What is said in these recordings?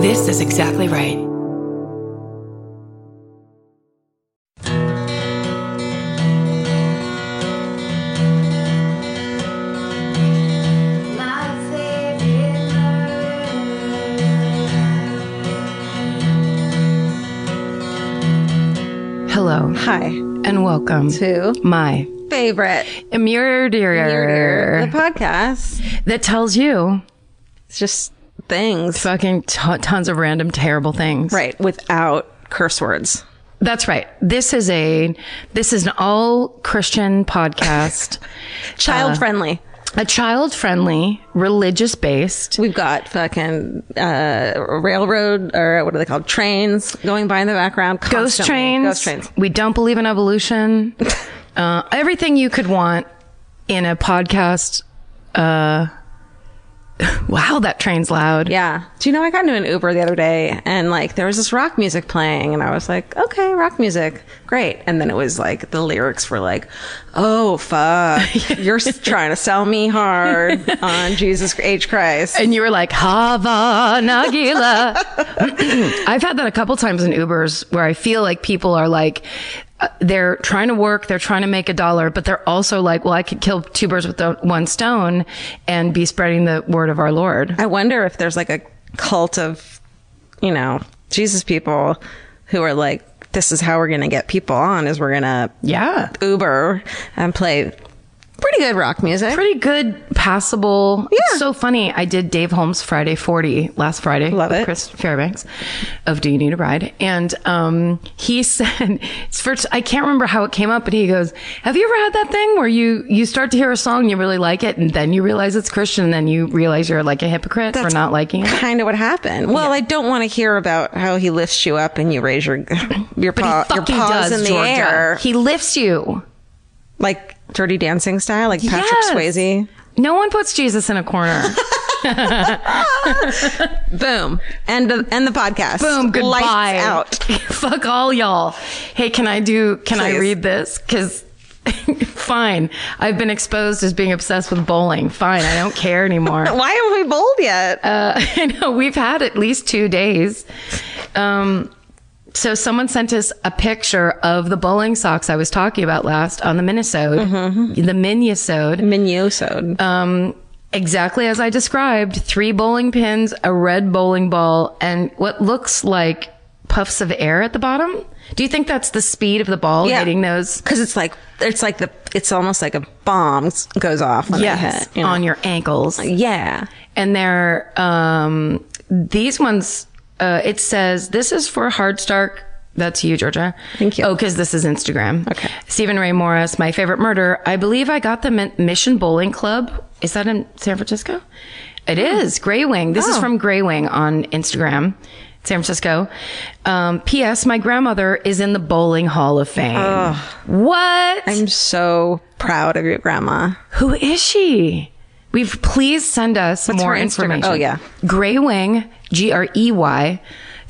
This is exactly right. Hello Hi and welcome to to my favorite Emirdir the podcast. that tells you It's just things, fucking t- tons of random terrible things. right? Without curse words. That's right. This is a this is an all Christian podcast, Uh. Child friendly. a child friendly, religious based. We've got fucking uh, railroad or what are they called? Trains going by in the background. Ghost constantly. trains. Ghost trains. We don't believe in evolution. uh, everything you could want in a podcast. Uh, wow, that train's loud. Yeah. Do you know I got into an Uber the other day and like there was this rock music playing and I was like, okay, rock music, great. And then it was like the lyrics were like, oh fuck, you're s- trying to sell me hard on Jesus H Christ. And you were like, Hava Nagila. I've had that a couple times in Ubers where I feel like people are like, uh, they're trying to work, they're trying to make a dollar, but they're also like, well, I could kill two birds with the- one stone and be spreading the word of our Lord. I wonder if there's like a cult of, you know, Jesus people who are like, this is how we're going to get people on is we're going to Yeah. Uber and play pretty good rock music. Pretty good, passable. It's Yeah. so funny. I did Dave Holmes Friday 40 last Friday. Love with it. Chris Fairbanks of Do You Need a Bride? And um, he said, it's first, I can't remember how it came up, but he goes, Have you ever had that thing where you, you start to hear a song, you really like it, and then you realize it's Christian, and then you realize you're like a hypocrite for not liking it? Kind of what happened. Well, I don't want to hear about how he lifts you up and you raise your your paw, But he your fucking paws does, in the Georgia. air, He lifts you. like Dirty Dancing style, like Patrick Yes. Swayze. No one puts Jesus in a corner. Boom. End of, end the podcast. Boom, goodbye. Lights out. Fuck all y'all. Hey, can I do, can I Please. read this? Cause fine. I've been exposed as being obsessed with bowling. Fine. I don't care anymore. Why aren't we bold yet? uh, I know we've had at least two days. Um, so someone sent us a picture of the bowling socks I was talking about last on the Minnesota, Mm-hmm. the Minnesota. Mignotode. Um, exactly as I described three bowling pins, a red bowling ball, and what looks like puffs of air at the bottom. Do you think that's the speed of the ball Yeah. hitting those? because it's like it's like the it's almost like a bomb s- goes off when I hit. you know? On your ankles. yeah, And they're, um, these ones, uh, it says, this is for Hard Stark. That's you, Georgia. Thank you. Oh, because this is Instagram. Okay. Stephen Ray Morris, my favorite murder. I believe I got them at Mission Bowling Club. Is that in San Francisco? It is. Grey Wing. This is Oh. from Grey Wing on Instagram, San Francisco. Um, P.S. My grandmother is in the Bowling Hall of Fame. What? I'm so proud of your grandma. Who is she? We've please send us more her Instagram? information. Oh, yeah. Gray Wing, G R E Y,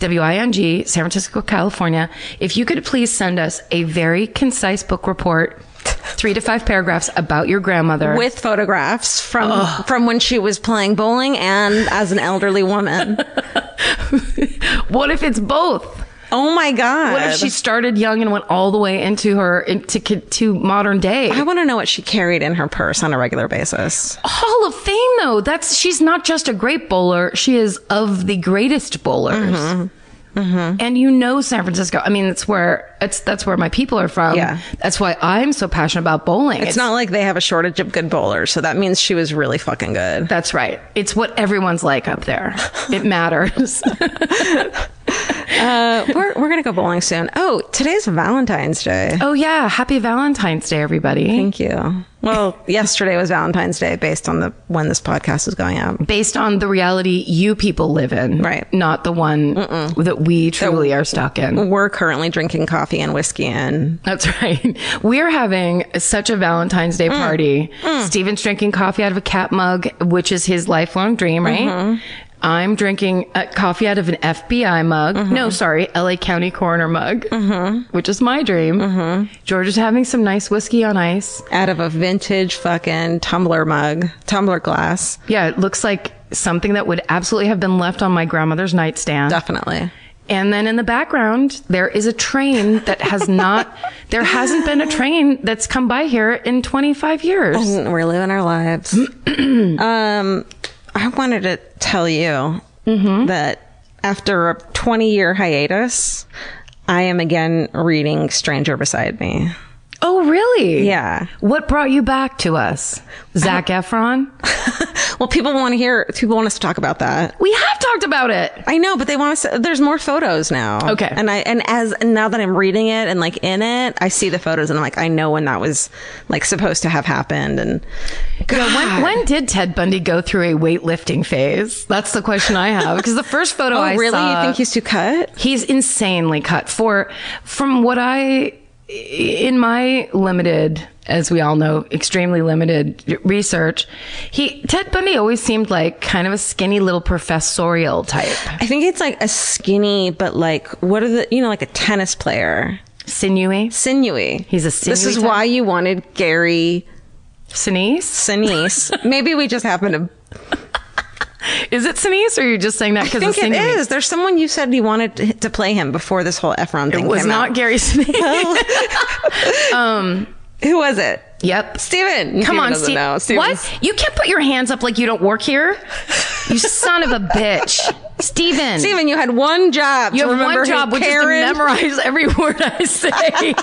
W I N G, San Francisco, California. If you could please send us a very concise book report, three to five paragraphs about your grandmother. With photographs from from when she was playing bowling and as an elderly woman. what if it's both? oh my god! What if she started young and went all the way into her into co- to modern day? I want to know what she carried in her purse on a regular basis. Hall of Fame though. That's she's not just a great bowler. She is of the greatest bowlers. Mm-hmm. And you know San Francisco. I mean, it's where it's that's where my people are from. Yeah. That's why I'm so passionate about bowling. It's not like they have a shortage of good bowlers, so that means she was really fucking good. That's right. It's what everyone's like up there. It matters. Uh, we're we're gonna go bowling soon. Oh, today's Valentine's Day. oh yeah, happy Valentine's Day everybody. Thank you. Well, yesterday was Valentine's Day based on the when this podcast is going out. Based on the reality you people live in, Right. Not the one that we truly are stuck in. We're currently drinking coffee and whiskey and That's right. We're having such a Valentine's Day party. Steven's drinking coffee out of a cat mug, which is his lifelong dream, right? I'm drinking uh, coffee out of an FBI mug. No, sorry, LA County Coroner mug, which is my dream. George is having some nice whiskey on ice. Out of a vintage fucking tumbler mug, tumbler glass. Yeah, it looks like something that would absolutely have been left on my grandmother's nightstand. Definitely. And then in the background, there is a train that has not, there hasn't been a train that's come by here in 25 years. We're living our lives. um, I wanted to tell you Mm-hmm. that after a 20 year hiatus, I am again reading Stranger Beside Me. Oh, really? Yeah. What brought you back to us? Zach Efron? Well, people want to hear, people want us to talk about that. We have talked about it. I know, but they want us. To, there's more photos now. Okay. And I and as and now that I'm reading it and like in it, I see the photos and I'm like, I know when that was like supposed to have happened. And Yeah, when, when did Ted Bundy go through a weightlifting phase? That's the question I have. Because the first photo oh, I really? saw, you think he's too cut? he's insanely cut. For from what I, in my limited, as we all know, extremely limited research, he Ted Bundy always seemed like kind of a skinny little professorial type, I think it's like a skinny, but like what are the you know like a tennis player, sinewy, sinewy. He's a This sinewy is type? why you wanted Gary Sinise. Sinise. Maybe we just happen to. Is it Sinise, or are you just saying that I because think of it sinewy? is. There's someone you said you wanted to- to play him before this whole Efron thing It was came not out. Gary Sinise. Who was it? yep. Steven. Come Steven on, doesn't Steve. know. Steven's- What? You can't put your hands up like you don't work here. You son of a bitch, Steven. Steven, you had one job. You to have remember one job, who which Karen. is to memorize every word I say.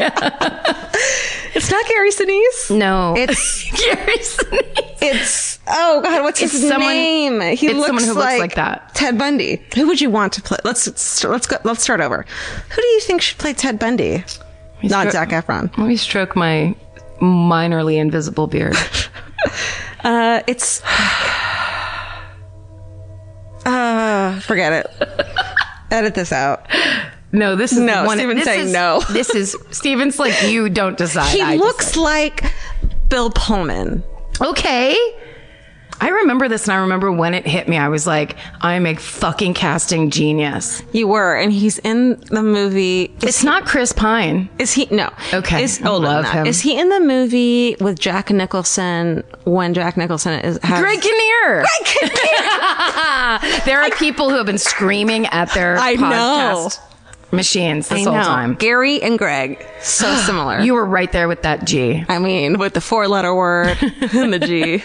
It's not Gary Sinise. no, It's- Gary Sinise. It's oh god, what's his It's someone- name? He it's looks someone who looks like, like that. Ted Bundy. Who would you want to play? Let's st- let's go. Let's start over. Who do you think should play Ted Bundy? Not start- Zac Efron. Let me stroke my minorly invisible beard. Uh, it's uh, forget it. Edit this out. No, this is No, the one. Steven's this saying is, no. This is Steven's like you don't decide. He I looks like Bill Pullman. decide. okay. I remember this, and I remember when it hit me. I was like, I'm a fucking casting genius. You were, and he's in the movie. It's not Chris Pine. Is he no? Okay, Is, I older than love that. him. Is he in the movie with Jack Nicholson when Jack Nicholson is has, Greg Kinnear. Greg Kinnear. there are people who have been screaming at their I know. podcast machines I this know. whole time. Gary and Greg, so similar. You were right there with that G. I mean, with the four-letter word and the G.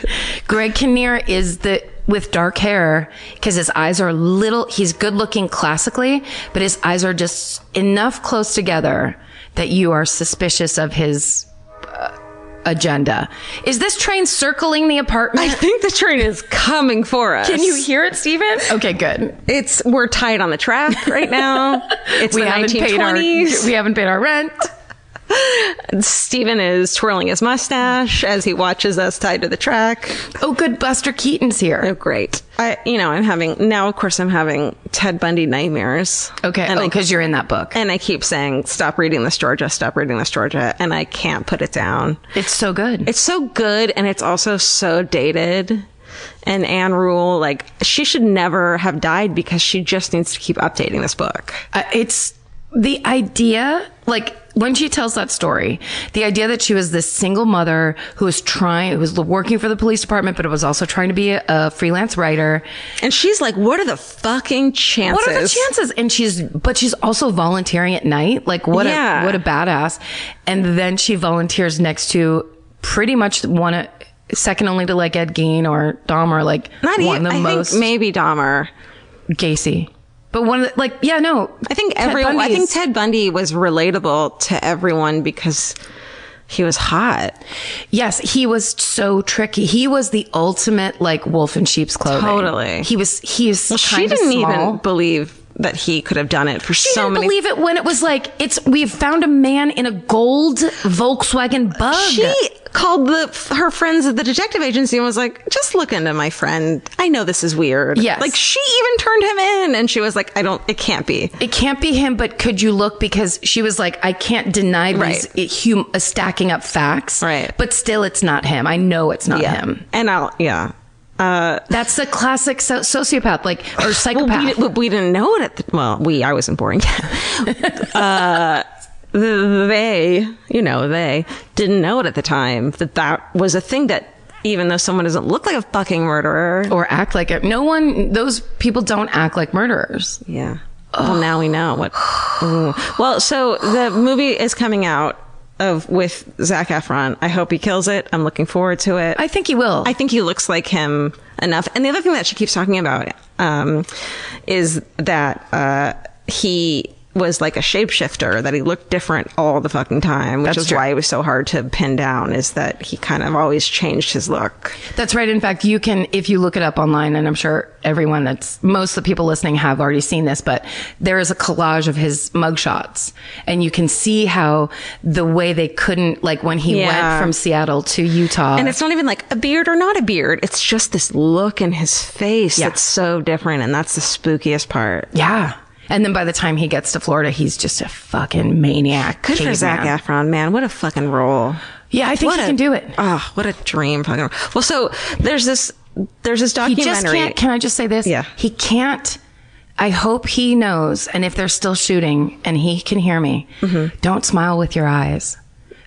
Greg Kinnear is the with dark hair because his eyes are little. He's good looking classically, but his eyes are just enough close together that you are suspicious of his. uh, Agenda. Is this train circling the I apartment? think the train is coming for us. Can you hear it, Steven? Okay, good. It's we're tied on the track right now. It's We the haven't paid our 1920s. we haven't paid our rent. Steven is twirling his mustache as he watches us tied to the track. Oh, good. Buster Keaton's Oh, here. great. I, you know, I'm having now. Of course, I'm having Ted Bundy nightmares. Okay. And oh, I- because you're in that book. And I keep saying, stop reading this, Georgia, stop reading this, Georgia. And I can't put it down. It's so good. It's so good and it's also so dated. And Anne Rule, like, she should never have died because she just needs to keep updating this book. Uh, it's the idea, like when she tells that story, the idea that she was this single mother who was trying, who was working for the police department, but was also trying to be a, a freelance writer. And she's like, what are the fucking chances? What are the chances? And she's, but she's also volunteering at night. Like what Yeah. a, what a badass. And then she volunteers next to pretty much one, of- second only to like Ed Gein or Dahmer, like Not one even, of the I most. think maybe Dahmer. Gacy. But one of the, like, yeah, no. I think Ted everyone, I Bundy's- think Ted Bundy was relatable to everyone because he was hot. Yes, he was so tricky. He was the ultimate, like, wolf in sheep's clothing. Totally. He was, he was She kind of didn't small. even believe that he could have done it for she so didn't many believe it when it was like, it's, we've found a man in a gold Volkswagen bug. She called the her friends at the detective agency and was like, "Just look into my friend. I know this is weird." Yes. Like she even turned him in, and she was like, "I don't. It can't be." it can't be him, but could you look? Because she was like, I can't deny Right. these hum- uh, stacking up facts. Right. But still, it's not him. I know it's not him. And I'll yeah. Uh, That's the classic so- sociopath, like or well, psychopath. we, we, we didn't know it at the, well, we, I wasn't born yet. uh, the, they, you know, they didn't know it at the time that that was a thing that even though someone doesn't look like a fucking murderer. or act like it. No one, those people don't act like murderers. Yeah. Well, now we know what. Ooh. Well, so the movie is coming out of with Zach Efron. I hope he kills it. I'm looking forward to it. I think he will. I think he looks like him enough. And the other thing that she keeps talking about um, is that uh, he was like a shapeshifter, that he looked different all the fucking time, which That's is true. why it was so hard to pin down, is that he kind of always changed his look. That's right. In fact, you can, if you look it up online, and I'm sure everyone that's, most of the people listening have already seen this, but there is a collage of his mugshots and you can see how the way they couldn't, like when he Yeah. went from Seattle to Utah. And it's not even like a beard or not a beard. It's just this look in his face Yeah. that's so different. And that's the spookiest part. yeah. And then by the time he gets to Florida, he's just a fucking maniac. Good for Zach caveman. Efron, man. What a fucking role. Yeah, I think what he a- can do it. Oh, what a dream fucking Well, so there's this there's this He documentary. just can't. Can I just say this? Yeah. He can't. I hope he knows. And if they're still shooting and he can hear me, Mm-hmm. don't smile with your eyes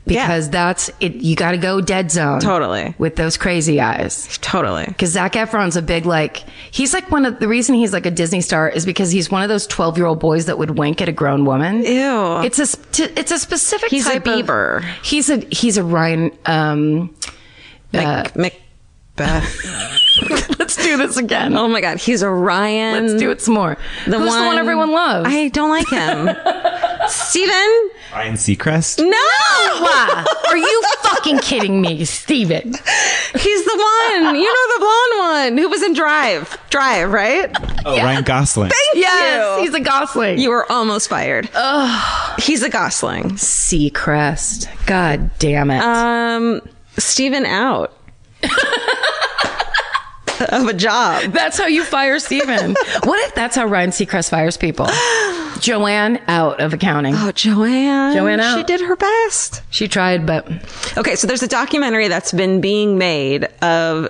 because that's it. You got to go dead zone. Totally. With those crazy eyes. Totally. Because Zach Efron's a big, like, he's like one of the reason he's like a Disney star is because he's one of those 12 year old boys that would wink at a grown woman. Ew. It's a, sp- t- it's a specific He's a type of- Bieber. he's a, he's a Ryan, um, Mac- Macbeth. Uh, let's do this again. oh my God, he's a Ryan. Let's do it some more. The Who's the one everyone loves? I don't like him. Steven? Ryan Mm, Seacrest. No! Why? Are you fucking kidding me, Steven? He's the one. You know the blonde one who was in Drive. Drive, right? Oh, Ryan Gosling. you. he's a Gosling. You were almost fired. Ugh. He's a Gosling. Seacrest. God damn it. Um, Steven out. of a job. that's how you fire Steven. what if that's how Ryan Seacrest fires people? Joanne out of accounting. Oh, Joanne. Joanne out. She did her best. She tried, but Okay, so there's a documentary that's been being made of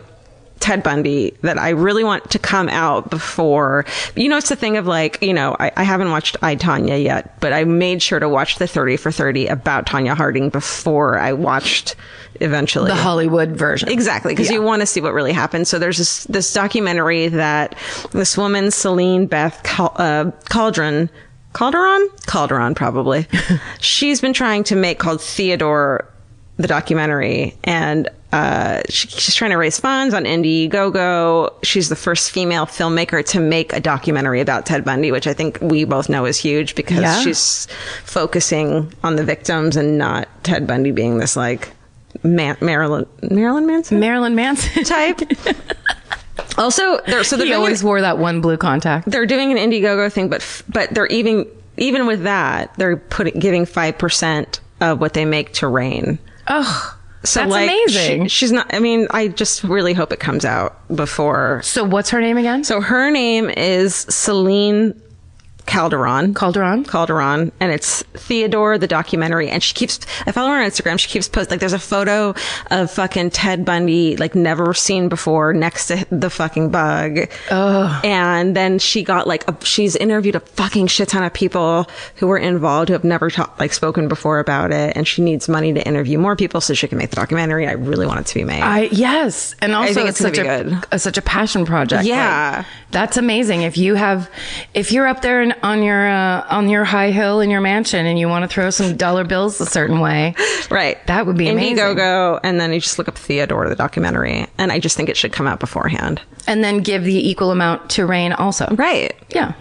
Ted Bundy that I really want to come out before. You know, it's the thing of like, you know, I, I haven't watched I Tanya yet, but I made sure to watch the 30 for 30 about Tanya Harding before I watched eventually. the Hollywood version. Exactly, because you want to see what really happened. So there's this this documentary that this woman Celine Beth Cal- uh, Cauldron. Calderon? Calderon, probably. She's been trying to make called Theodore the documentary, and uh, she, she's trying to raise funds on Indiegogo. She's the first female filmmaker to make a documentary about Ted Bundy, which I think we both know is huge because Yeah. she's focusing on the victims and not Ted Bundy being this like Man- Marilyn Marilyn Manson Marilyn Manson. type. also, they're, so they're He doing always an, wore that one blue contact. they're doing an Indiegogo thing, but f- but they're even even with that, they're putting giving five percent of what they make to Rain. Oh, So that's like, she- amazing. she's not. I mean, I just really hope it comes out before. so what's her name again? So her name is Celine Calderon. Calderon. Calderon, and it's Theodore the documentary. And she keeps, I follow her on Instagram. She keeps post like there's a photo of fucking Ted Bundy, like never seen before, next to the fucking bug. Oh. And then she got like a, she's interviewed a fucking shit ton of people who were involved who have never talked like spoken before about it. And she needs money to interview more people so she can make the documentary. I really want it to be made. I yes, and also think it's it's gonna such a, be good. a- such a passion project. like, Yeah. that's amazing. If you have, if you're up there in, on your uh, on your high hill in your mansion and you want to throw some dollar bills a certain way, right. That would be amazing. Indiegogo, and then you just look up Theodore the documentary. And I just think it should come out beforehand. and then give the equal amount to Rain also. Right. Yeah,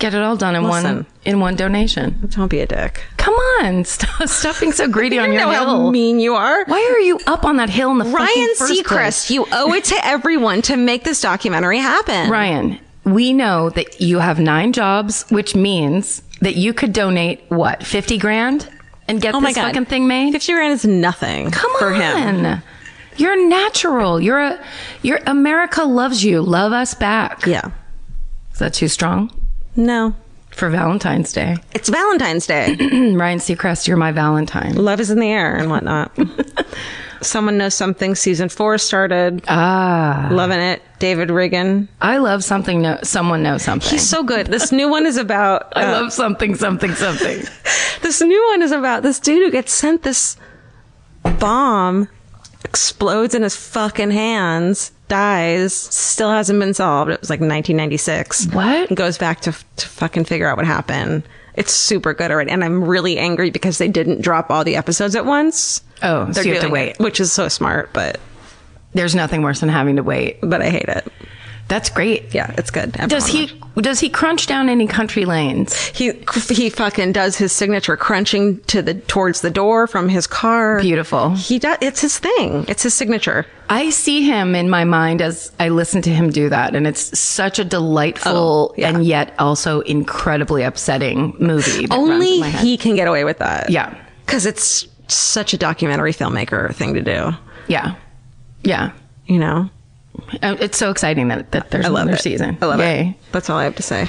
get it all done in one Listen. in one donation. Don't be a dick. Come on, stop, stop being so greedy on You your know how hill. mean you are. Why are you up on that hill in the Ryan fucking first place? Seacrest, you owe it to everyone to make this documentary happen. Ryan, we know that you have nine jobs, which means that you could donate what fifty grand and get Oh my this God. fucking thing made. Fifty grand is nothing Come for him. on, you're natural. You're a, you're America loves you. Love us back. Yeah. Is that too strong No. for Valentine's Day? Mm, It's Valentine's Day. Ryan Seacrest, you're my Valentine. Love is in the air and Uh-huh. whatnot. Someone knows something. Season four started. Ah. Loving it. David Riggin. I love something. No, someone knows something. He's so good. This new one is about I love something, something, something. this new one is about this dude who gets sent this bomb, explodes in his fucking hands, dies, still hasn't been solved. It was like 1996. What? And goes back to, to fucking figure out what happened. It's super good already. And I'm really angry because they didn't drop all the episodes at once. Oh, so They're you have to doing wait. it, which is so smart, but There's nothing worse than having to wait. but I hate it. That's great. Yeah, it's good. Does Everyone he does he crunch down any country lanes? he he fucking does his signature crunching to the towards the door from his car. Beautiful. He does. It's his thing. It's his signature. I see him in my mind as I listen to him do that, and it's such a delightful Oh, yeah. Oh, and yet also incredibly upsetting movie. that runs in Only my head. he can get away with that. Yeah. because it's such a documentary filmmaker thing to do. Yeah, yeah. You know, Uh, It's so exciting that, that there's I love another it. season. I love Yay. it. That's all I have to say.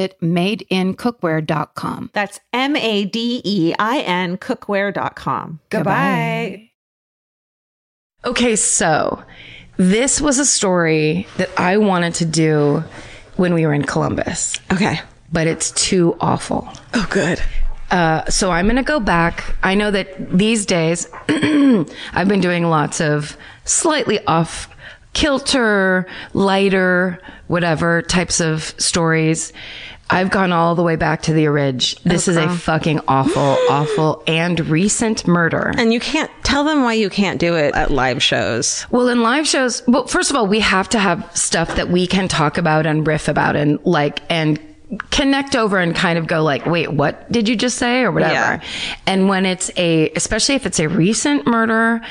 madeincookware.com. That's M A D E I N cookware.com. Goodbye. Goodbye. Okay, so this was a story that I wanted to do when we were in Columbus, Okay. but it's too awful. Oh, good. Uh, so I'm going to go back. I know that these days I've been doing lots of slightly off kilter, lighter, whatever types of stories. I've gone all the way back to the Ridge. This is a fucking awful, awful, and recent murder. And you can't tell them why you can't do it at live shows. Well, in live shows, well, first of all, we have to have stuff that we can talk about and riff about and like, and connect over and kind of go like, wait, what did you just say or whatever. Yeah. And when it's a, especially if it's a recent murder,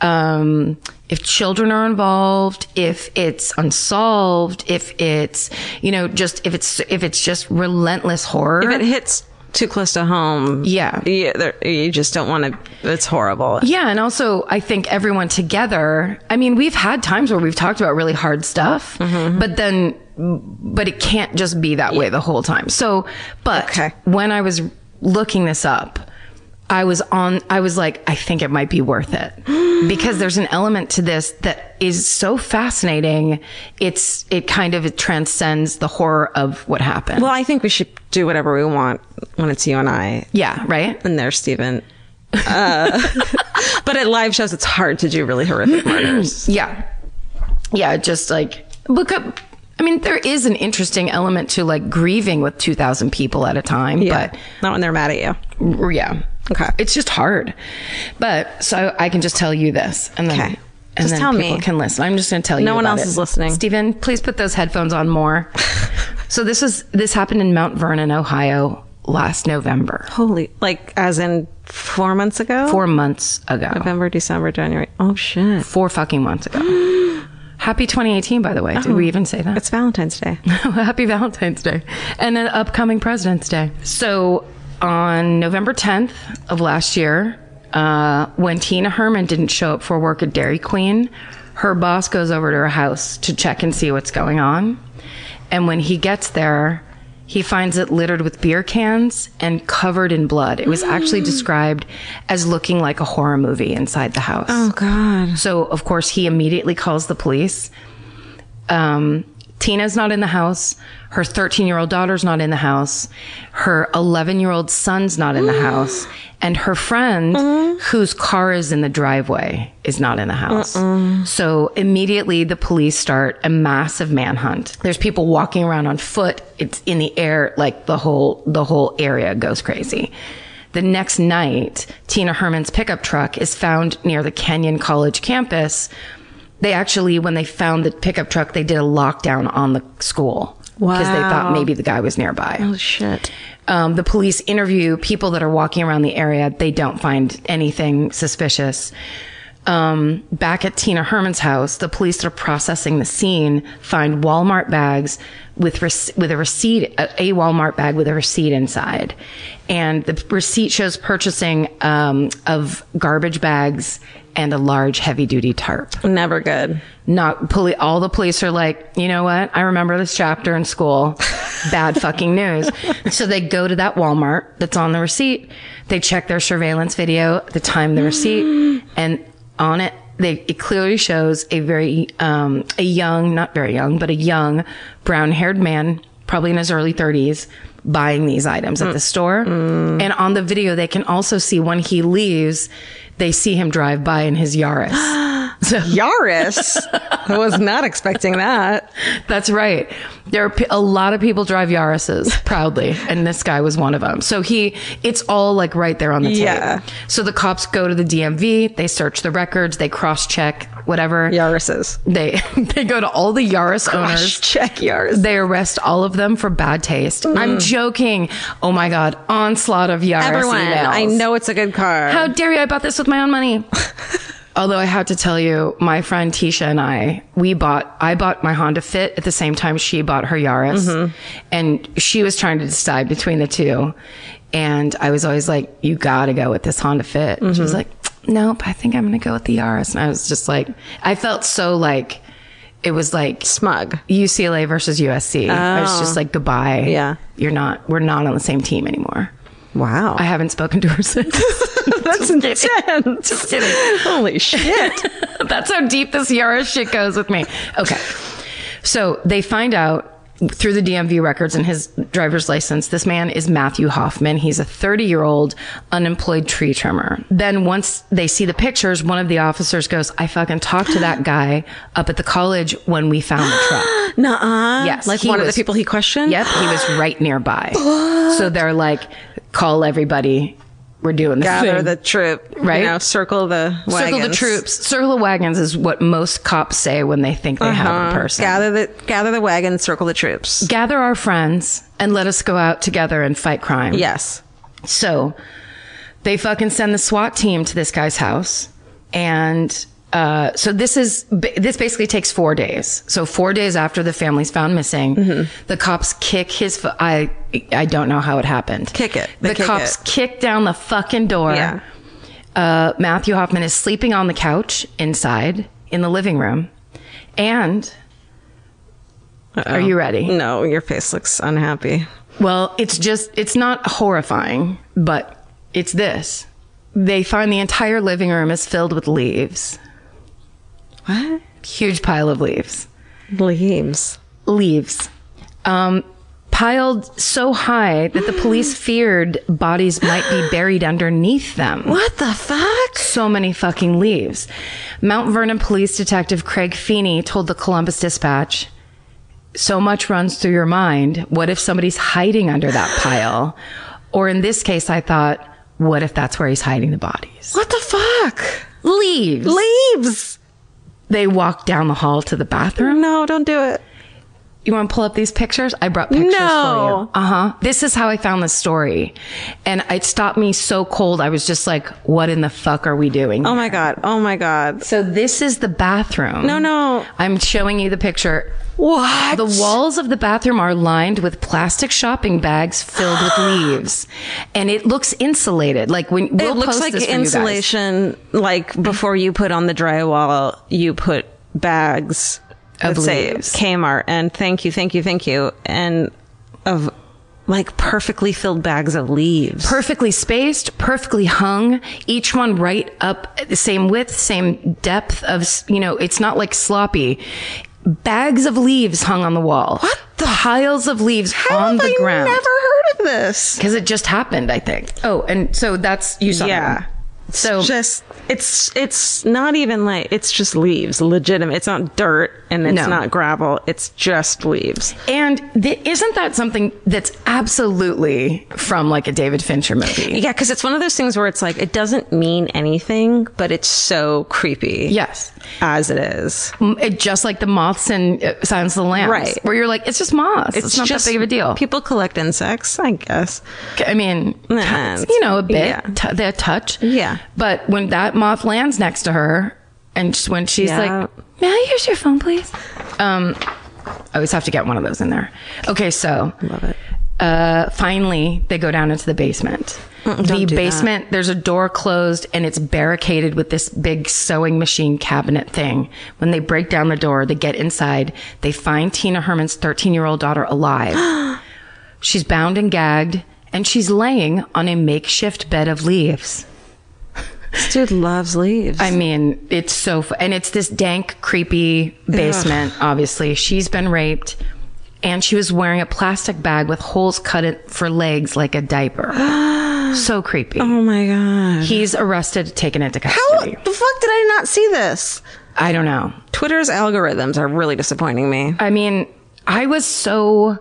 um, if children are involved, if it's unsolved, if it's, you know, just if it's if it's just relentless horror. If it hits too close to home, Yeah. yeah there- you just don't want to. It's horrible. Yeah, and also I think everyone together. I mean, we've had times where we've talked about really hard stuff, Mm-hmm, but then, but it can't just be that way the whole time. So, but Okay. when I was looking this up, I was on. I was like, I think it might be worth it because there's an element to this that is so fascinating. It's it kind of transcends the horror of what happened. Well, I think we should do whatever we want when it's you and I yeah, right. and there's Steven. Uh, but at live shows, it's hard to do really horrific murders. Yeah. Yeah, just like look up I mean, there is an interesting element to like grieving with 2,000 people at a time, Not when they're mad at you. but r- yeah. Okay. It's just hard. But so I can just tell you this and then Okay. and Just then tell people me. can listen. I'm just going to tell you. No one about else it. is listening. Steven, please put those headphones on more. so this was this happened in Mount Vernon, Ohio last November, Holy, like as in four months ago? 4 months ago. November, December, January. Oh shit! 4 fucking months ago. Happy 2018 by the way. Did we even say that? Uh-huh. It's Valentine's Day. Happy Valentine's Day and an upcoming President's Day. So on November 10th of last year, uh, when Tina Herman didn't show up for work at Dairy Queen, her boss goes over to her house to check and see what's going on. And when he gets there, he finds it littered with beer cans and covered in blood. It was actually described as looking like a horror movie inside the house. Oh god. So, of course, he immediately calls the police. Um, Tina's not in the house. Her 13 year old daughter's not in the house. Her 11 year old son's not in the house. And her friend, whose car is in the driveway, is not in the house. So immediately the police start a massive manhunt. There's people walking around on foot. It's in the air. Like the whole, the whole area goes crazy. The next night, Tina Herman's pickup truck is found near the Kenyon College campus. They actually, when they found the pickup truck, they did a lockdown on the school because they thought Wow. maybe the guy was nearby. Oh shit. Um, the police interview people that are walking around the area. They don't find anything suspicious. Um, back at Tina Herman's house, the police that are processing the scene find Walmart bags with rec- with a receipt, a, a Walmart bag with a receipt inside, and the receipt shows purchasing um, of garbage bags and a large heavy duty tarp Never good. not poli- all the police are like, you know what? I remember this chapter in school. Bad fucking news. So they go to that Walmart that's on the receipt. They check their surveillance video at the time of the receipt and on it, they, it clearly shows a very, um, a young, not very young, but a young brown haired man, probably in his early thirties, buying these items at the store. And on the video, they can also see when he leaves, they see him drive by in his Yaris. Yaris. I was not expecting that. That's right. There are p- a lot of people drive Yarises proudly, and this guy was one of them. So he, it's all like right there on the tape. Yeah. So the cops go to the DMV, they search the records, they cross check whatever. Yarises. They they go to all the Yaris owners. Check Yaris. Mm. They arrest all of them for bad taste. I'm joking. Oh my god, onslaught of Yaris Everyone. emails. I know it's a good car. How dare you? I bought this with my own money. Although I have to tell you, my friend Tisha and I, we bought, I bought my Honda Fit at the same time she bought her Yaris. And she was trying to decide between the two. And I was always like, you gotta go with this Honda Fit. And she was like, nope, I think I'm gonna go with the Yaris. And I was just like, I felt so like, it was like smug. UCLA versus USC. I was just like, goodbye. Yeah. You're not, we're not on the same team anymore. Wow. I haven't spoken to her since. That's intense. Holy shit. That's how deep this Yara shit goes with me. Okay. So they find out through the DMV records and his driver's license, this man is Matthew Hoffman. He's a 30 year old unemployed tree trimmer. Then once they see the pictures, one of the officers goes, I fucking talked to that guy up at the college when we found the truck. Nuh-uh. Yes, Like he one of was- the people he questioned? yep. He was right nearby. so they're like, call everybody. We're doing this. Gather thing." the troop. Right? You know, circle the wagons. Circle the troops. Circle the wagons is what most cops say when they think they Uh-huh. have a person. Gather the gather the wagons, circle the troops. gather our friends and let us go out together and fight crime. Yes. So they fucking send the SWAT team to this guy's house and Uh, so this is ba- this basically takes four days. So four days after the family's found missing, Mm-hmm. the cops kick his. Fu- I I don't know how it happened. Kick it. They The kick cops it. kick down the fucking door. Yeah. Uh, Matthew Hoffman is sleeping on the couch inside in the living room, and are you ready? No, your face looks unhappy. Well, it's just, it's not horrifying, but it's this. They find the entire living room is filled with leaves, What? huge pile of leaves. Leaves. Leaves. Um, piled so high that the police feared bodies might be buried underneath them. What the fuck? so many fucking leaves. Mount Vernon Police Detective Craig Feeney told the Columbus Dispatch, So much runs through your mind. What if somebody's hiding under that pile? Or in this case, I thought, what if that's where he's hiding the bodies? What the fuck? Leaves. Leaves. they walk down the hall to the bathroom. No, don't do it. You want to pull up these pictures? I brought pictures No. for you. Uh huh. This is how I found this story. And it stopped me so cold. I was just like, what in the fuck are we doing? Oh my god. Oh my god. So this is the bathroom. No, no. I'm showing you the picture. What? The walls of the bathroom are lined with plastic shopping bags filled with leaves, and it looks insulated. Like when It we'll looks post like this for you guys. insulation. Like before you put on the drywall, you put bags Of let's say leaves. Kmart, and thank you, thank you, thank you, and of like perfectly filled bags of leaves. Perfectly spaced, perfectly hung, each one right up, at the same width, same depth of, s- you know, it's not like sloppy. Bags of leaves hung on the wall. What the? Piles of leaves How on have the I ground. Never heard of this. Because it just happened, I think. Oh, and so that's, you saw Yeah. them. So Just it's it's not even like it's just leaves. Legitimate. It's not dirt and it's No. not gravel. It's just leaves. And th- isn't that something that's absolutely from like a David Fincher movie? Yeah, because it's one of those things where it's like it doesn't mean anything, but it's so creepy. Yes. as it is. M- it- just like the moths in uh, Silence of the Lambs. Right. Where you're like, it's just moths. It's, not that big of a deal. People collect insects, I guess. I mean, Nah, t- you know, a bit, yeah. t- their touch. Yeah. But when that moth lands next to her and sh- when she's Yeah. like, may I use your phone, please? Um, I always have to get one of those in there. Okay. So Love it. uh, finally they go down into the basement. the do that. basement, there's a door closed and it's barricaded with this big sewing machine cabinet thing. When they break down the door, they get inside. They find Tina Herman's 13 year old daughter alive. she's bound and gagged and she's laying on a makeshift bed of leaves. This dude loves leaves. I mean, it's so, fu- and it's this dank, creepy basement, obviously. She's been raped, and she was wearing a plastic bag with holes cut in for legs like a diaper. so creepy. oh my god. He's arrested, taken into How custody. the fuck did I not see this? I don't know. Twitter's algorithms are really disappointing me. I mean, I was so.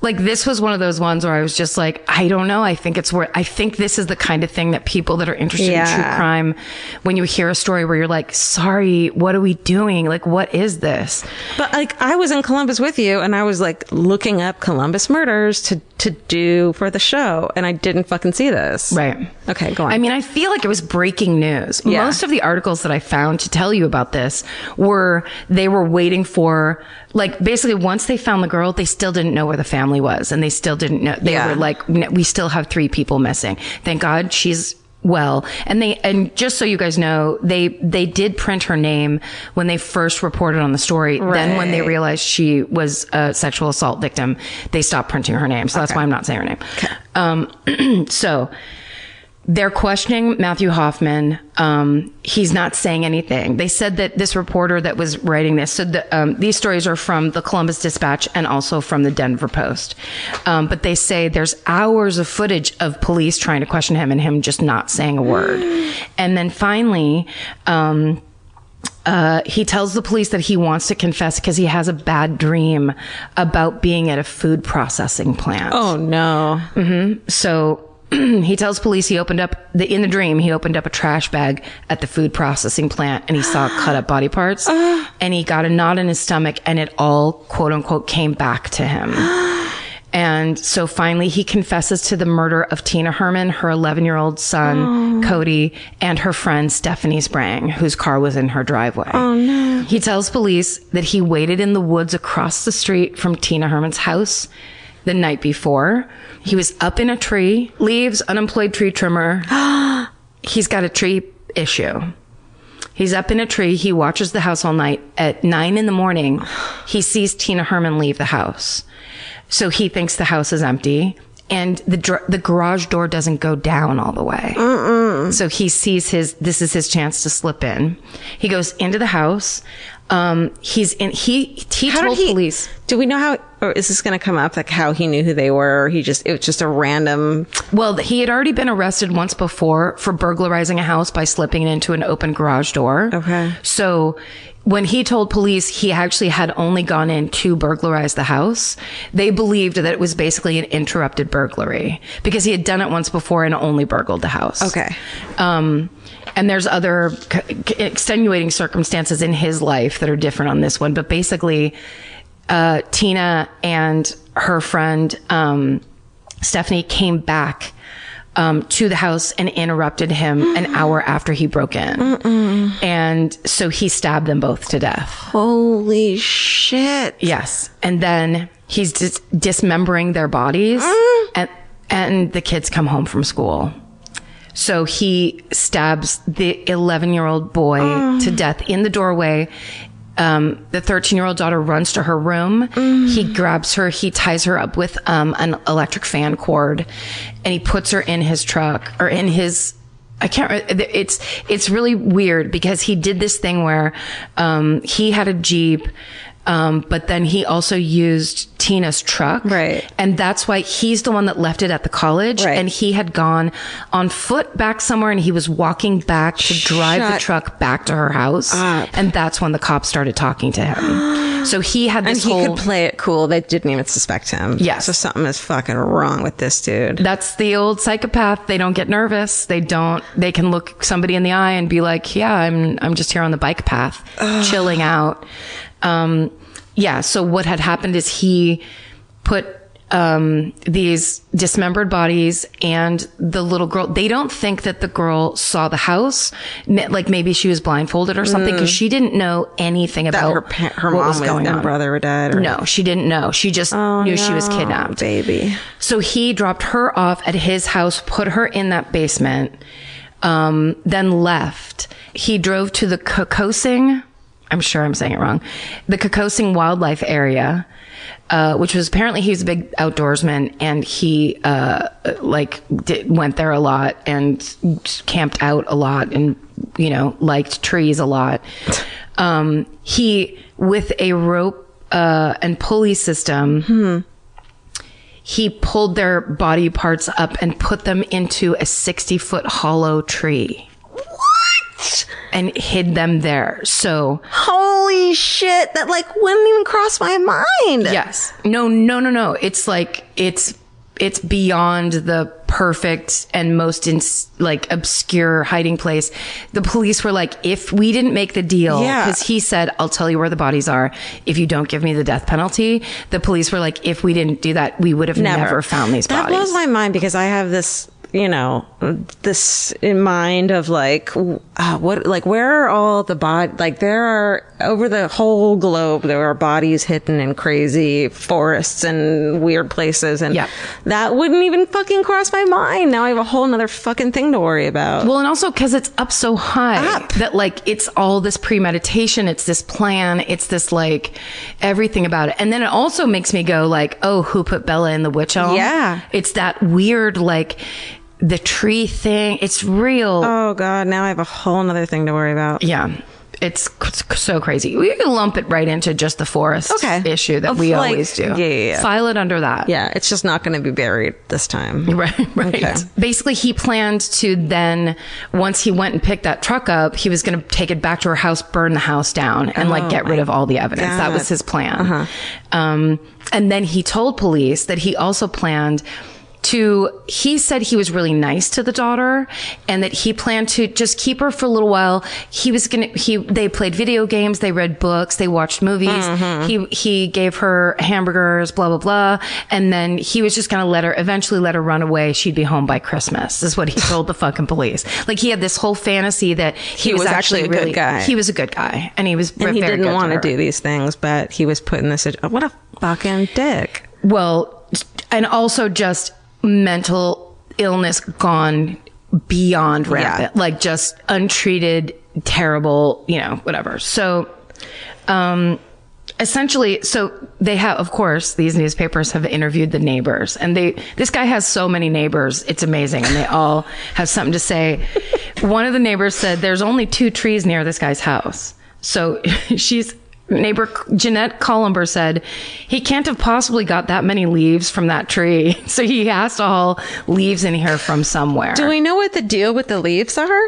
Like this was one of those ones where I was just like, I don't know. I think it's worth. I think this is the kind of thing that people that are interested in true Yeah. crime, when you hear a story where you're like, "Sorry, what are we doing? Like, what is this?" But like I was in Columbus with you and I was like looking up Columbus murders to to do for the show and I didn't fucking see this. Right. Okay, go on. I mean, I feel like it was breaking news. Yeah. Most of the articles that I found to tell you about this were they were waiting for like basically once they found the girl, they still didn't know where the family was and they still didn't know they Yeah. were like "N- we still have 3 people missing. Thank God she's well and they and just so you guys know they they did print her name when they first reported on the story then when they realized she was a sexual assault victim they stopped printing her name so that's why i'm not saying her name um so they're questioning Matthew Hoffman. Um, he's not saying anything. They said that this reporter that was writing this, so the, um, these stories are from the Columbus Dispatch and also from the Denver Post. Um, but they say there's hours of footage of police trying to question him and him just not saying a word. and then finally, um, uh, he tells the police that he wants to confess because he has a bad dream about being at a food processing plant. oh no. Mm-hmm. So he tells police he opened up the in the dream he opened up a trash bag at the food processing plant and he saw cut up body parts and he got a knot in his stomach and it all quote unquote came back to him. And so finally, he confesses to the murder of Tina Herman, her 11 year old son, Cody, and her friend Stephanie Sprang, whose car was in her driveway. Oh, no. He tells police that he waited in the woods across the street from Tina Herman's house the night before. He was up in a tree, leaves, unemployed tree trimmer. He's got a tree issue. He's up in a tree. He watches the house all night. At nine in the morning, he sees Tina Herman leave the house. So he thinks the house is empty and the, dr- the garage door doesn't go down all the way. So he sees his, this is his chance to slip in. He goes into the house. Um, he's in, he, he told police. Do we know how? Or is this going to come up? Like how he knew who they were? Or he just it was just a random. Well, th- he had already been arrested once before for burglarizing a house by slipping into an open garage door. Okay. So when he told police he actually had only gone in to burglarize the house, they believed that it was basically an interrupted burglary because he had done it once before and only burgled the house. Okay. Um, and there's other c- c- extenuating circumstances in his life that are different on this one, but basically, uh, Tina and her friend, um, Stephanie came back, um, to the house and interrupted him an hour after he broke in. And so he stabbed them both to death. Holy shit! Yes. And then he's dis- dismembering their bodies and, and the kids come home from school. So he stabs the 11 year old boy to death in the doorway. Um, the 13 year old daughter runs to her room. He grabs her. He ties her up with um, an electric fan cord and he puts her in his truck or in his I can't. re- It's it's really weird because he did this thing where um, he had a jeep, um, but then he also used Tina's truck, Right. And that's why he's the one that left it at the college, Right. and he had gone on foot back somewhere, and he was walking back to drive the Shut truck back to her house, and that's when the cops started talking to him. so he had And this he whole. could play it cool. They didn't even suspect him. Yes. So something is fucking wrong with this dude. that's the old psychopath. They don't get nervous. They don't. They can look somebody in the eye and be like, "Yeah, I'm. I'm just here on the bike path, chilling out." Um, yeah. So what had happened is he put um, these dismembered bodies and the little girl. They don't think that the girl saw the house. Ma- Like maybe she was blindfolded or something because she didn't know anything Mm. that about her pa- her what mom was going and on. brother were dead. Or, Oh, No, she didn't know. She just knew she was kidnapped. baby. So he dropped her off at his house, put her in that basement, um, then left. He drove to the Kokosing, I'm sure I'm saying it wrong, the Kokosing Wildlife Area, uh, which was apparently he was a big outdoorsman and he uh, like did, went there a lot and camped out a lot and you know liked trees a lot. Um, he with a rope uh, and pulley system he pulled their body parts up and put them into a 60 foot hollow tree. What? And hid them there. So, Holy shit! That like wouldn't even cross my mind. yes. No, no, no, no. It's like, it's, it's beyond the perfect and most ins- like obscure hiding place. The police were like, if we didn't make the deal, Yeah. because he said, I'll tell you where the bodies are if you don't give me the death penalty. The police were like, if we didn't do that, we would have never, found these that bodies. blows my mind because I have this, you know, this in mind of like, w- uh, what, like, where are all the body? Like, there are over the whole globe there are bodies hidden in crazy forests and weird places, and Yeah. that wouldn't even fucking cross my mind. Now I have a whole nother fucking thing to worry about. Well, and also because it's up so high Up. that like it's all this premeditation, it's this plan, it's this like everything about it. And then it also makes me go like, oh, who put Bella in the witch elm? Yeah. it's that weird like the tree thing. It's real. oh god, now I have a whole nother thing to worry about. yeah. It's c- so crazy. We can lump it right into just the forest Okay. issue that Of, we like- always do. yeah, yeah, yeah. File it under that. Yeah, it's just not going to be buried this time. Right, right. Okay. Basically, he planned to then, once he went and picked that truck up, he was going to take it back to her house, burn the house down, and like get rid of all the evidence. That was Uh-huh. his plan. Um, and then he told police that he also planned to he said he was really nice to the daughter and that he planned to just keep her for a little while. He was going to he they played video games, they read books, they watched movies. Mm-hmm. He he gave her hamburgers, blah blah blah, and then he was just going to let her eventually let her run away. She'd be home by Christmas. Is what he told the fucking police. Like he had this whole fantasy that he, was actually a good really, guy. He was a good guy and he was And he very didn't good want her. to do these things, but he was put in this. situ- What a fucking dick. Well, and also just mental illness gone beyond rampant, like just untreated, terrible, you know, whatever. So, um, essentially, so they have, of course, these newspapers have interviewed the neighbors and they, this guy has so many neighbors. It's amazing. And they all have something to say. One of the neighbors said, there's only two trees near this guy's house. So she's, Neighbor Jeanette Columber said he can't have possibly got that many leaves from that tree. So he has to haul leaves in here from somewhere. Do we know what the deal with the leaves are?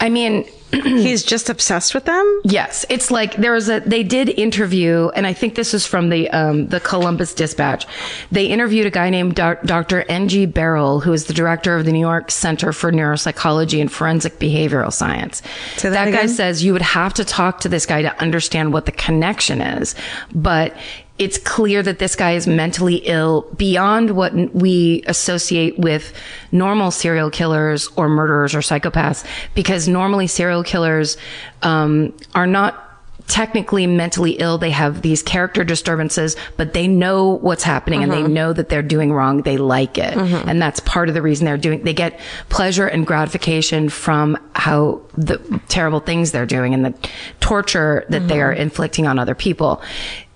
I mean, He's just obsessed with them. Yes, it's like there was a they did interview, and I think this is from the um, the Columbus Dispatch. They interviewed a guy named Doc- Dr. N.G. Beryl, who is the director of the New York Center for Neuropsychology and Forensic Behavioral Science. So that that guy again? says you would have to talk to this guy to understand what the connection is, but. It's clear that this guy is mentally ill beyond what n- we associate with normal serial killers or murderers or psychopaths, because normally serial killers um, are not technically mentally ill. They have these character disturbances, but they know what's happening and they know that they're doing wrong. They like it. And that's part of the reason they're doing, they get pleasure and gratification from how the terrible things they're doing and the torture that they are inflicting on other people.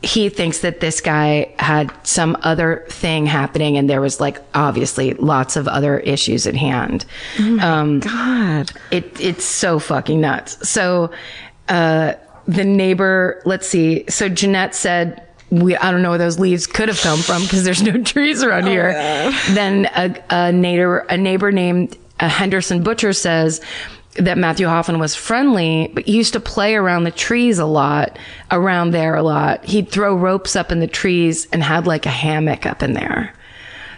He thinks that this guy had some other thing happening and there was like obviously lots of other issues at hand. um, God. it it's so fucking nuts. So uh the neighbor, let's see. So Jeanette said we, I don't know where those leaves could have come from because there's no trees Oh, around here. Then a, a neighbor, a neighbor named uh, Henderson Butcher says that Matthew Hoffman was friendly, but used to play around the trees a lot, around there a lot. He'd throw ropes up in the trees and had like a hammock up in there.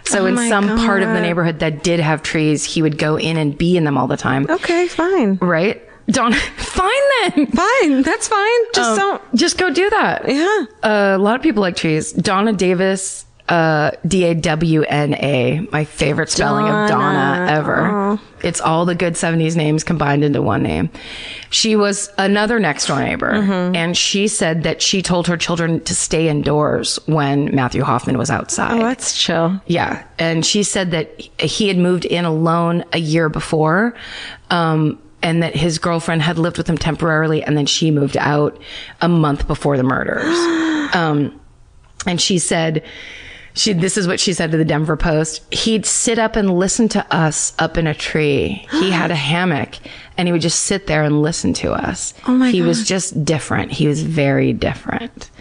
So in Oh my some part of the God. neighborhood that did have trees, he would go in and be in them all the time. Okay, fine. Right? Don't fine then. Fine. That's fine. Just Um, don't. Um, Just go do that. Yeah. Uh, a lot of people like trees. Donna Davis, uh, D A W N A, my favorite spelling of Donna ever. It's all the good 70s names combined into one name. She was another next door neighbor, Mm-hmm. and she said that she told her children to stay indoors when Matthew Hoffman was outside. Let's chill. Yeah. And she said that he had moved in alone a year before. Um, and that his girlfriend had lived with him temporarily and then she moved out a month before the murders. um, and she said, she, this is what she said to the Denver Post. He'd sit up and listen to us up in a tree. He had a hammock and he would just sit there and listen to us. Oh my He was just different. He was very different.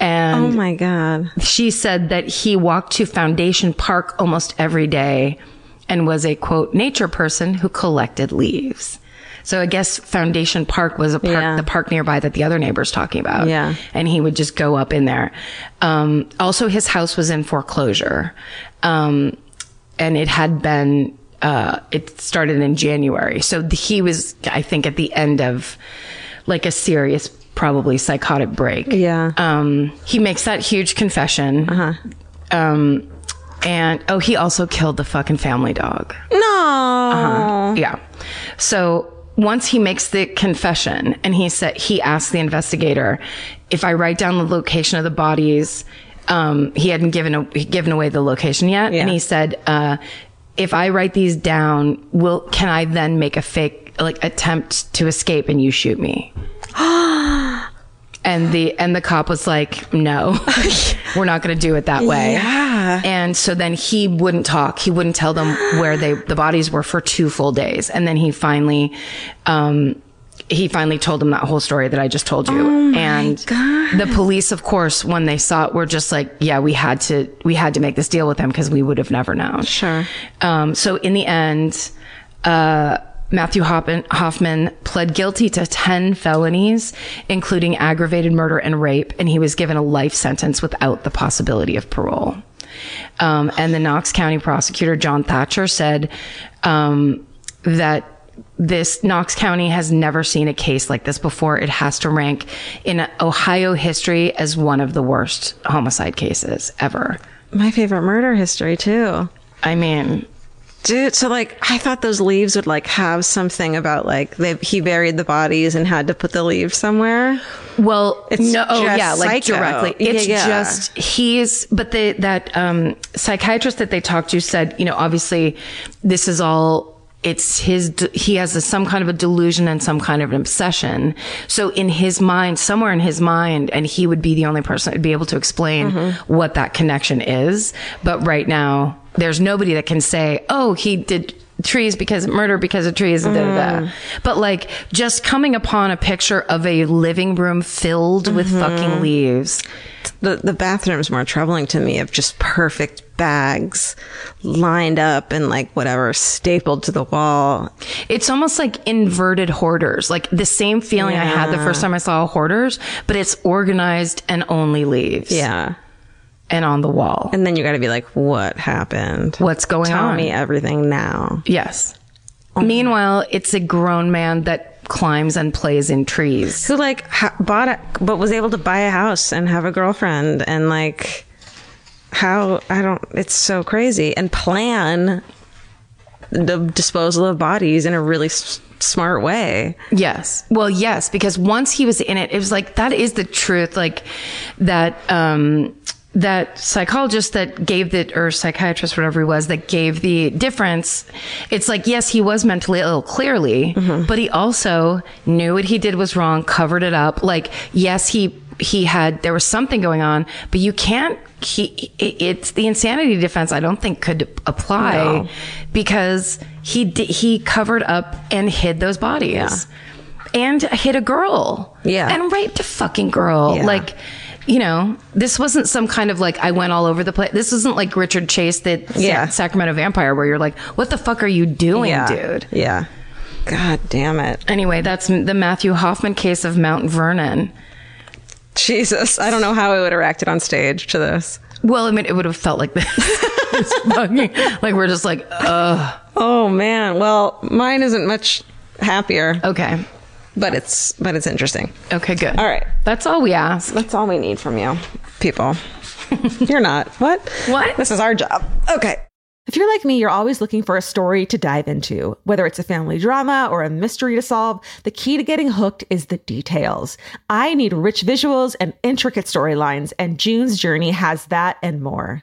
And Oh my God. she said that he walked to Foundation Park almost every day and was a quote nature person who collected leaves. So I guess Foundation Park was a park, Yeah. the park nearby that the other neighbor's talking about. Yeah. And he would just go up in there. Um, also his house was in foreclosure. Um, and it had been, uh, it started in January. So th- he was, I think, at the end of like a serious, probably psychotic break Yeah. um, he makes that huge confession. Uh-huh. Um, and oh, he also killed the fucking family dog. Uh-huh. No. Yeah. So once he makes the confession and he said, he asked the investigator, if I write down the location of the bodies, um, he hadn't given, a, given away the location yet. And he said, uh, if I write these down, will, can I then make a fake, like attempt to escape and you shoot me? and the and the cop was like no we're not going to do it that way yeah. and so then he wouldn't talk he wouldn't tell them where they the bodies were for two full days and then he finally um he finally told them that whole story that I just told you. and the police, of course, when they saw it, were just like, yeah, we had to, we had to make this deal with him because we would have never known. Sure. Um, so in the end, uh, Matthew Hoffman, Hoffman pled guilty to 10 felonies, including aggravated murder and rape, and he was given a life sentence without the possibility of parole. Um, and the Knox County prosecutor, John Thatcher, said um, that this Knox County has never seen a case like this before. It has to rank in Ohio history as one of the worst homicide cases ever. My favorite murder history too. I mean, Dude, so like I thought those leaves would like have something about like they, he buried the bodies and had to put the leaves somewhere. Well, It's no, oh, just yeah, like psycho. directly. Yeah, It's yeah. just he's, but the that um, psychiatrist that they talked to said, you know, obviously, this is all. It's his. d- He has a, some kind of a delusion and some kind of an obsession. So in his mind, somewhere in his mind, and he would be the only person that would be able to explain what that connection is. But right now, there's nobody that can say, "Oh, he did." trees because murder because of trees and da, da, da. but like just coming upon a picture of a living room filled with fucking leaves The the bathroom's more troubling to me of just perfect bags lined up and like whatever stapled to the wall. it's almost like inverted hoarders like the same feeling i had the first time i saw hoarders but it's organized and only leaves Yeah. and on the wall And then you got to be like what happened? what's going Tell on me everything now. yes meanwhile it's a grown man that climbs and plays in trees who like ha- bought a, but was able to buy a house and have a girlfriend and like how I don't it's so crazy and plan the disposal of bodies in a really s- smart way. Yes. Well, yes, because once he was in it, it was like that is the truth. Like that um that psychologist that gave the or psychiatrist whatever he was that gave the difference it's like yes he was mentally ill clearly but he also knew what he did was wrong covered it up like yes he he had there was something going on but you can't he it- it's the insanity defense i don't think could apply because he di- he covered up and hid those bodies and hit a girl Yeah. and raped a fucking girl Yeah. like you know this wasn't some kind of like i went all over the place this isn't like richard chase that Sa- Yeah. sacramento vampire where you're like what the fuck are you doing dude Yeah. God damn it. anyway that's m- the matthew hoffman case of mount vernon Jesus. I don't know how I would have reacted on stage to this. well i mean it would have felt like this It's fucking- like we're just like uh, ugh Oh man. Well, mine isn't much happier, okay but it's but it's interesting. okay good All right. that's all we ask That's all we need from you, people. You're not. What? What? This is our job. Okay. If you're like me, you're always looking for a story to dive into. Whether it's a family drama or a mystery to solve, the key to getting hooked is the details. I need rich visuals and intricate storylines, and June's Journey has that and more.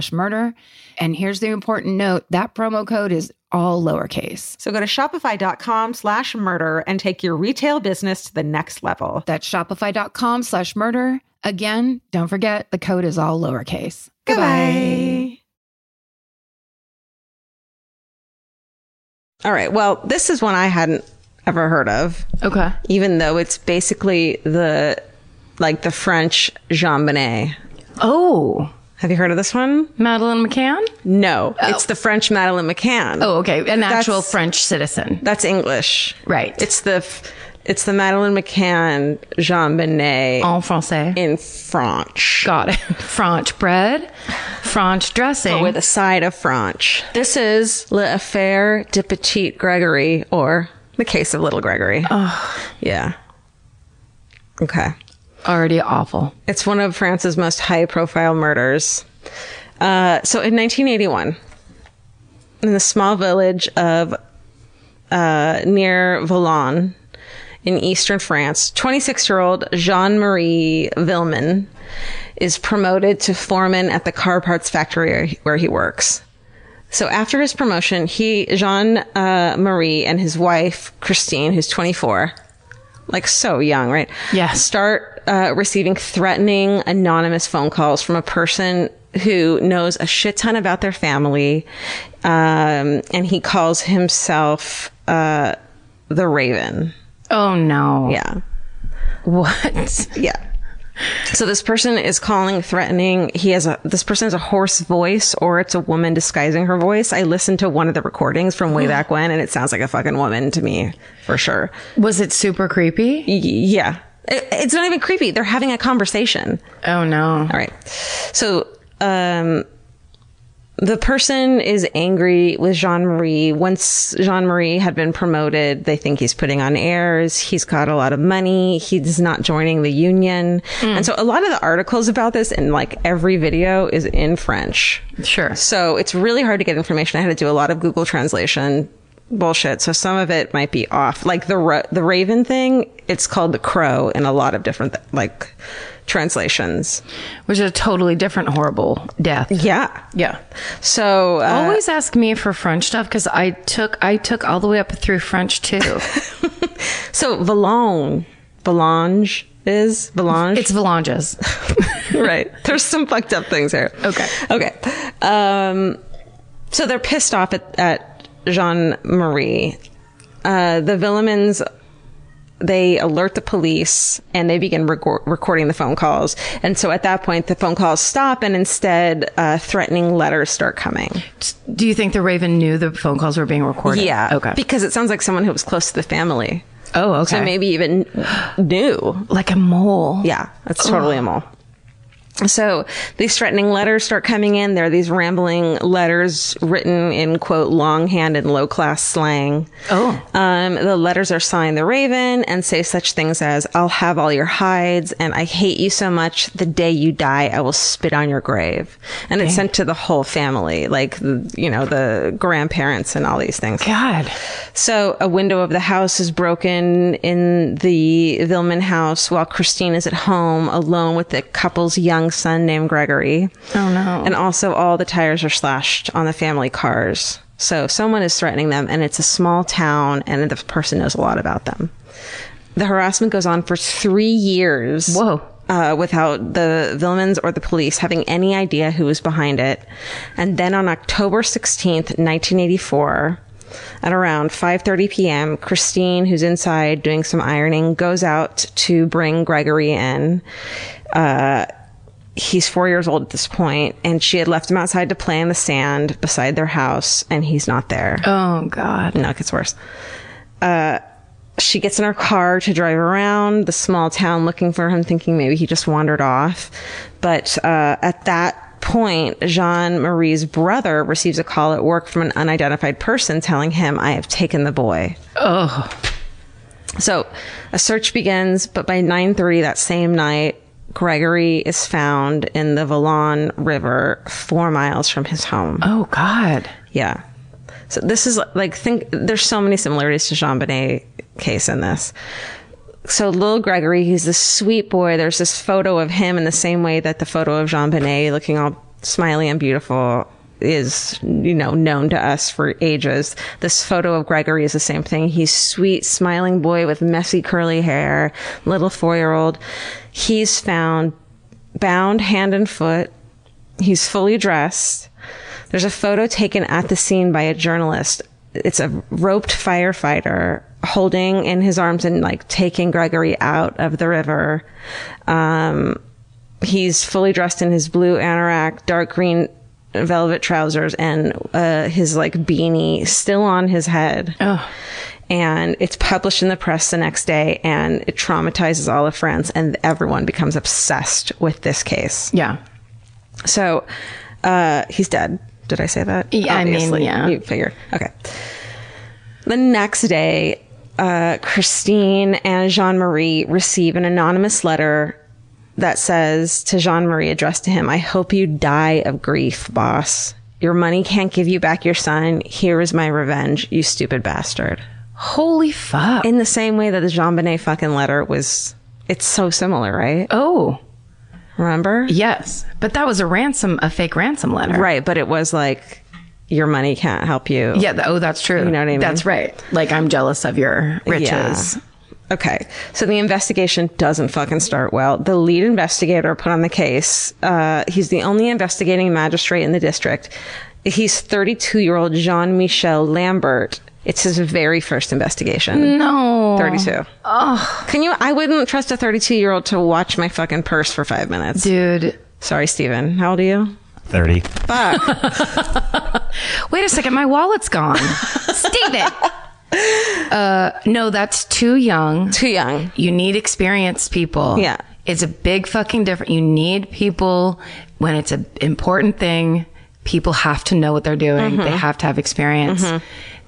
murder. And here's the important note that promo code is all lowercase. So go to shopify.com slash murder and take your retail business to the next level. That's shopify.com slash murder. Again, don't forget the code is all lowercase. Goodbye. All right. Well, this is one I hadn't ever heard of, Okay. even though it's basically the like the French Jean Bonnet. Oh, Have you heard of this one? Madeline McCann? No, it's the French Madeleine McCann. Oh, okay. An actual That's- French citizen. that's English. Right. It's the f- it's the Madeleine McCann Jean Bonnet en français. in French Got it. French bread, French dressing. with a side of French. This is Le Affaire de Petite Gregory or the case of Little Gregory. Yeah. Okay. Already awful. It's one of France's most high profile murders. Uh, so in 1981, in the small village of uh, near Vallon in eastern France, 26 year old Jean Marie Villemin is promoted to foreman at the car parts factory where he works. So after his promotion, he, Jean uh, Marie, and his wife, Christine, who's 24, like so young, right? Yeah. Start uh, receiving threatening anonymous phone calls from a person who knows a shit ton about their family. Um, and he calls himself uh, the Raven. Oh no. Yeah. What? Yeah. So this person is calling, threatening. He has a this person has a hoarse voice, or it's a woman disguising her voice. I listened to one of the recordings from way back when, and it sounds like a fucking woman to me for sure. Was it super creepy? Y- yeah, It- it's not even creepy. They're having a conversation. Oh no. All right. So, um, the person is angry with Jean Marie. Once Jean Marie had been promoted, they think he's putting on airs. He's got a lot of money. He's not joining the union. And so, a lot of the articles about this and like every video is in French. Sure. So, it's really hard to get information. I had to do a lot of Google translation bullshit. So, some of it might be off. Like the, ra- the raven thing, it's called the crow in a lot of different like translations. Which is a totally different horrible death. Yeah. Yeah. So uh, Always ask me for French stuff because I took I took all the way up through French too. Oh. so Valonge, Valange is Valange. it's Valanges. right. There's some fucked up things here. Okay. Okay. Um, so they're pissed off at, at Jean Marie. Uh, the Villemins, they alert the police and they begin recor- recording the phone calls. And so at that point, the phone calls stop and instead, uh, threatening letters start coming. Do you think the Raven knew the phone calls were being recorded? Okay. Because it sounds like someone who was close to the family. oh, okay. So maybe even knew. like a mole. Yeah, that's totally a mole. So these threatening letters start coming in. There are these rambling letters written in quote longhand and low class slang. Oh. um, the letters are signed the Raven and say such things as "I'll have all your hides" and "I hate you so much. The day you die, I will spit on your grave." And it's sent to the whole family, like you know the grandparents and all these things. God. So a window of the house is broken in the Vilman house while Christine is at home alone with the couple's young son named Gregory. Oh no. And also all the tires are slashed on the family cars. So someone is threatening them and it's a small town and the person knows a lot about them. The harassment goes on for three years. Whoa. Uh, without the Villemans or the police having any idea who was behind it. And then on October 16th, 1984, at around 5:30 p.m., Christine, who's inside doing some ironing, goes out to bring Gregory in. Uh, he's four years old at this point, and she had left him outside to play in the sand beside their house, and he's not there. Oh God. No, it gets worse. Uh, she gets in her car to drive around the small town looking for him, thinking maybe he just wandered off. But uh, at that point, Jean Marie's brother receives a call at work from an unidentified person telling him, I have taken the boy. Oh. So a search begins, but by 9:30 that same night, Gregory is found in the Valon River, 4 miles from his home. Oh God. Yeah. So this is like think there's so many similarities to Jean Bonnet case in this. So little Gregory, he's this sweet boy. There's this photo of him in the same way that the photo of Jean Bonnet looking all smiley and beautiful is, you know, known to us for ages. This photo of Gregory is the same thing. He's sweet, smiling boy with messy curly hair, little four year old. He's found bound hand and foot. He's fully dressed. There's a photo taken at the scene by a journalist. It's a roped firefighter holding in his arms and like taking Gregory out of the river. Um, he's fully dressed in his blue anorak, dark green velvet trousers, and uh, his like beanie still on his head. And it's published in the press the next day, and it traumatizes all of France, and everyone becomes obsessed with this case. Yeah. So uh, he's dead. Did I say that? Yeah, I mean, Obviously. yeah. You figure. Okay. The next day, uh, Christine and Jean Marie receive an anonymous letter that says to Jean Marie, addressed to him, I hope you die of grief, boss. Your money can't give you back your son. Here is my revenge, you stupid bastard. Holy fuck. In the same way that the Jean Bonnet fucking letter was, it's so similar, right? oh. Remember? Yes. But that was a ransom, a fake ransom letter. Right, but it was like your money can't help you. Yeah. th- oh, that's true. You know what I mean? That's right. Like I'm jealous of your riches. Okay. So the investigation doesn't fucking start well. The lead investigator put on the case. Uh, he's the only investigating magistrate in the district. He's 32 year old Jean Michel Lambert. It's his very first investigation. No. 32. Oh. Can you? I wouldn't trust a 32 year old to watch my fucking purse for five minutes. Dude. Sorry, Steven. How old are you? 30. Fuck. Wait a second, my wallet's gone. Steven. Uh no, that's too young. Too young. You need experienced people. Yeah. It's a big fucking difference. You need people when it's an important thing. People have to know what they're doing. Mm-hmm. They have to have experience.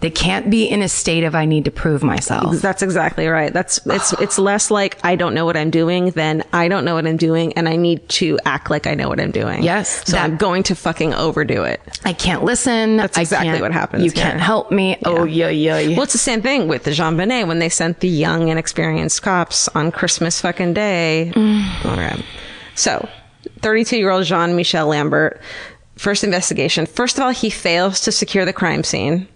They can't be in a state of I need to prove myself. That's exactly right. That's it's it's less like I don't know what I'm doing than I don't know what I'm doing and I need to act like I know what I'm doing. Yes, So that- I'm going to fucking overdo it. I can't listen. That's exactly what happens You here. can't help me. Oh yeah, yeah, yeah. Well, it's the same thing with the Jean Bonnet when they sent the young and experienced cops on Christmas fucking day. All right. So, 32 year old Jean Michel Lambert, first investigation. First of all, he fails to secure the crime scene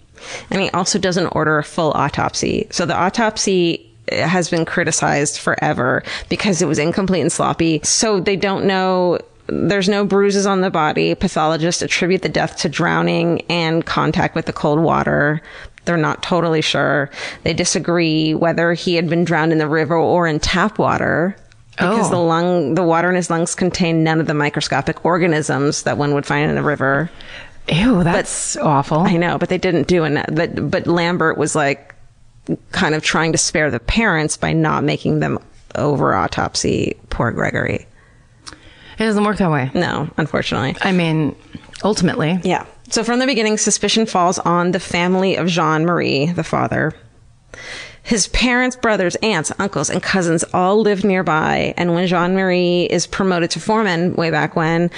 and he also doesn't order a full autopsy. So, the autopsy eh, has been criticized forever because it was incomplete and sloppy. So, they don't know. There's no bruises on the body. Pathologists attribute the death to drowning and contact with the cold water. They're not totally sure. They disagree whether he had been drowned in the river or in tap water because the lung, the water in his lungs contained none of the microscopic organisms that one would find in the river. Ew, that's awful. I know, but they didn't do it. But, but Lambert was like kind of trying to spare the parents by not making them over autopsy poor Gregory. it doesn't work that way. No, unfortunately. I mean, ultimately, Yeah. So from the beginning, suspicion falls on the family of Jean Marie, the father. His parents, brothers, aunts, uncles, and cousins all live nearby. And when Jean Marie is promoted to foreman way back when,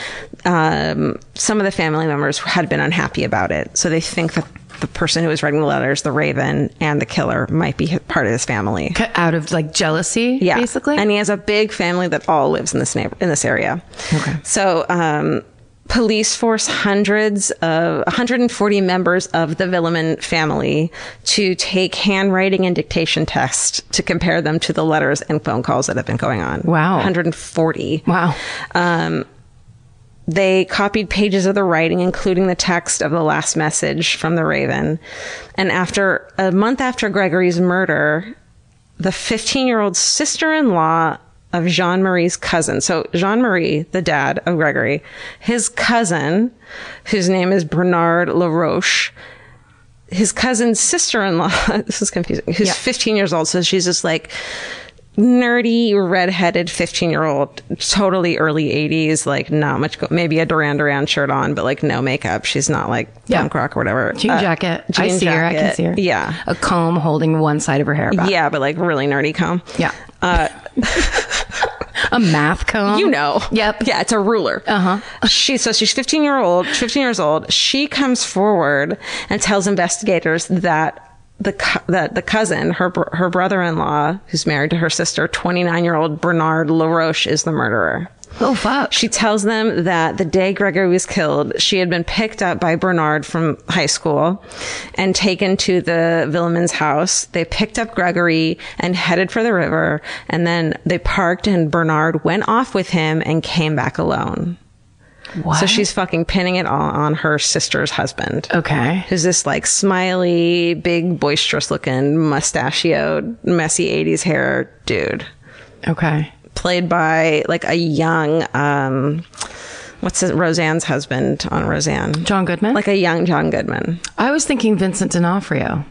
um, some of the family members had been unhappy about it. So they think that the person who was writing the letters, the raven, and the killer might be hi- part of his family. c- out of like jealousy, Yeah, basically. And he has a big family that all lives in this neighbor in this area. Okay. So, um, police force hundreds of 140 members of the Villeman family to take handwriting and dictation tests to compare them to the letters and phone calls that have been going on. Wow. 140 wow. Um, they copied pages of the writing, including the text of the last message from the Raven. And after a month after Gregory's murder, the 15 year old sister in law of Jean Marie's cousin. So Jean Marie, the dad of Gregory, his cousin, whose name is Bernard LaRoche, his cousin's sister in law, this is confusing, who's 15 years old. So she's just like, nerdy, redheaded 15 year old, totally early 80s, like not much, go- maybe a Duran Duran shirt on, but like no makeup. She's not like Yeah. punk rock or whatever. Jean Uh, jacket. I jean see her. I can jacket. see her. Yeah. A comb holding one side of her hair back. Yeah, but like really nerdy comb. Yeah. Uh, A math comb. you know. Yep. Yeah, it's a ruler. Uh huh. She so she's 15 year old, 15 years old. She comes forward and tells investigators that the co- that the cousin, her br- her brother in law, who's married to her sister, 29 year old Bernard LaRoche, is the murderer. Oh fuck. She tells them that the day Gregory was killed, she had been picked up by Bernard from high school and taken to the Villeman's house. They picked up Gregory and headed for the river, and then they parked, and Bernard went off with him and came back alone. So she's fucking pinning it all on her sister's husband. Okay. Who's this like smiley, big, boisterous looking, mustachioed, messy 80s hair dude Okay. played by like a young um what's his, Roseanne's husband on Roseanne? John Goodman. Like a young John Goodman. I was thinking Vincent D'Onofrio.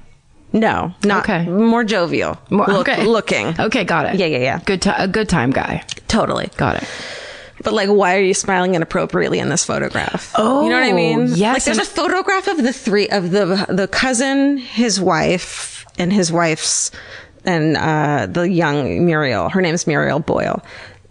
No, not Okay. more jovial. More- look- okay. Looking. Okay, got it. Yeah, yeah, yeah. Good ti- a good time guy. Totally. Got it. But like why are you smiling inappropriately in this photograph? Oh, you know what I mean? yes, Like there's and- a photograph of the three of the the cousin, his wife, and his wife's and uh the young Muriel. Her name's Muriel Boyle.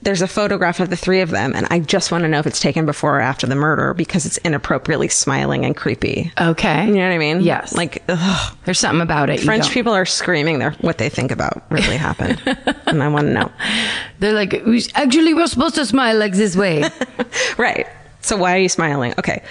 There's a photograph of the three of them, and I just want to know if it's taken before or after the murder because it's inappropriately smiling and creepy. Okay. You know what I mean? Yes. Like ugh, There's something about it. you French don't- people are screaming their what they think about really happened, and I want to know. They're like, "We- actually, we're supposed to smile like this way. Right. So why are you smiling? Okay.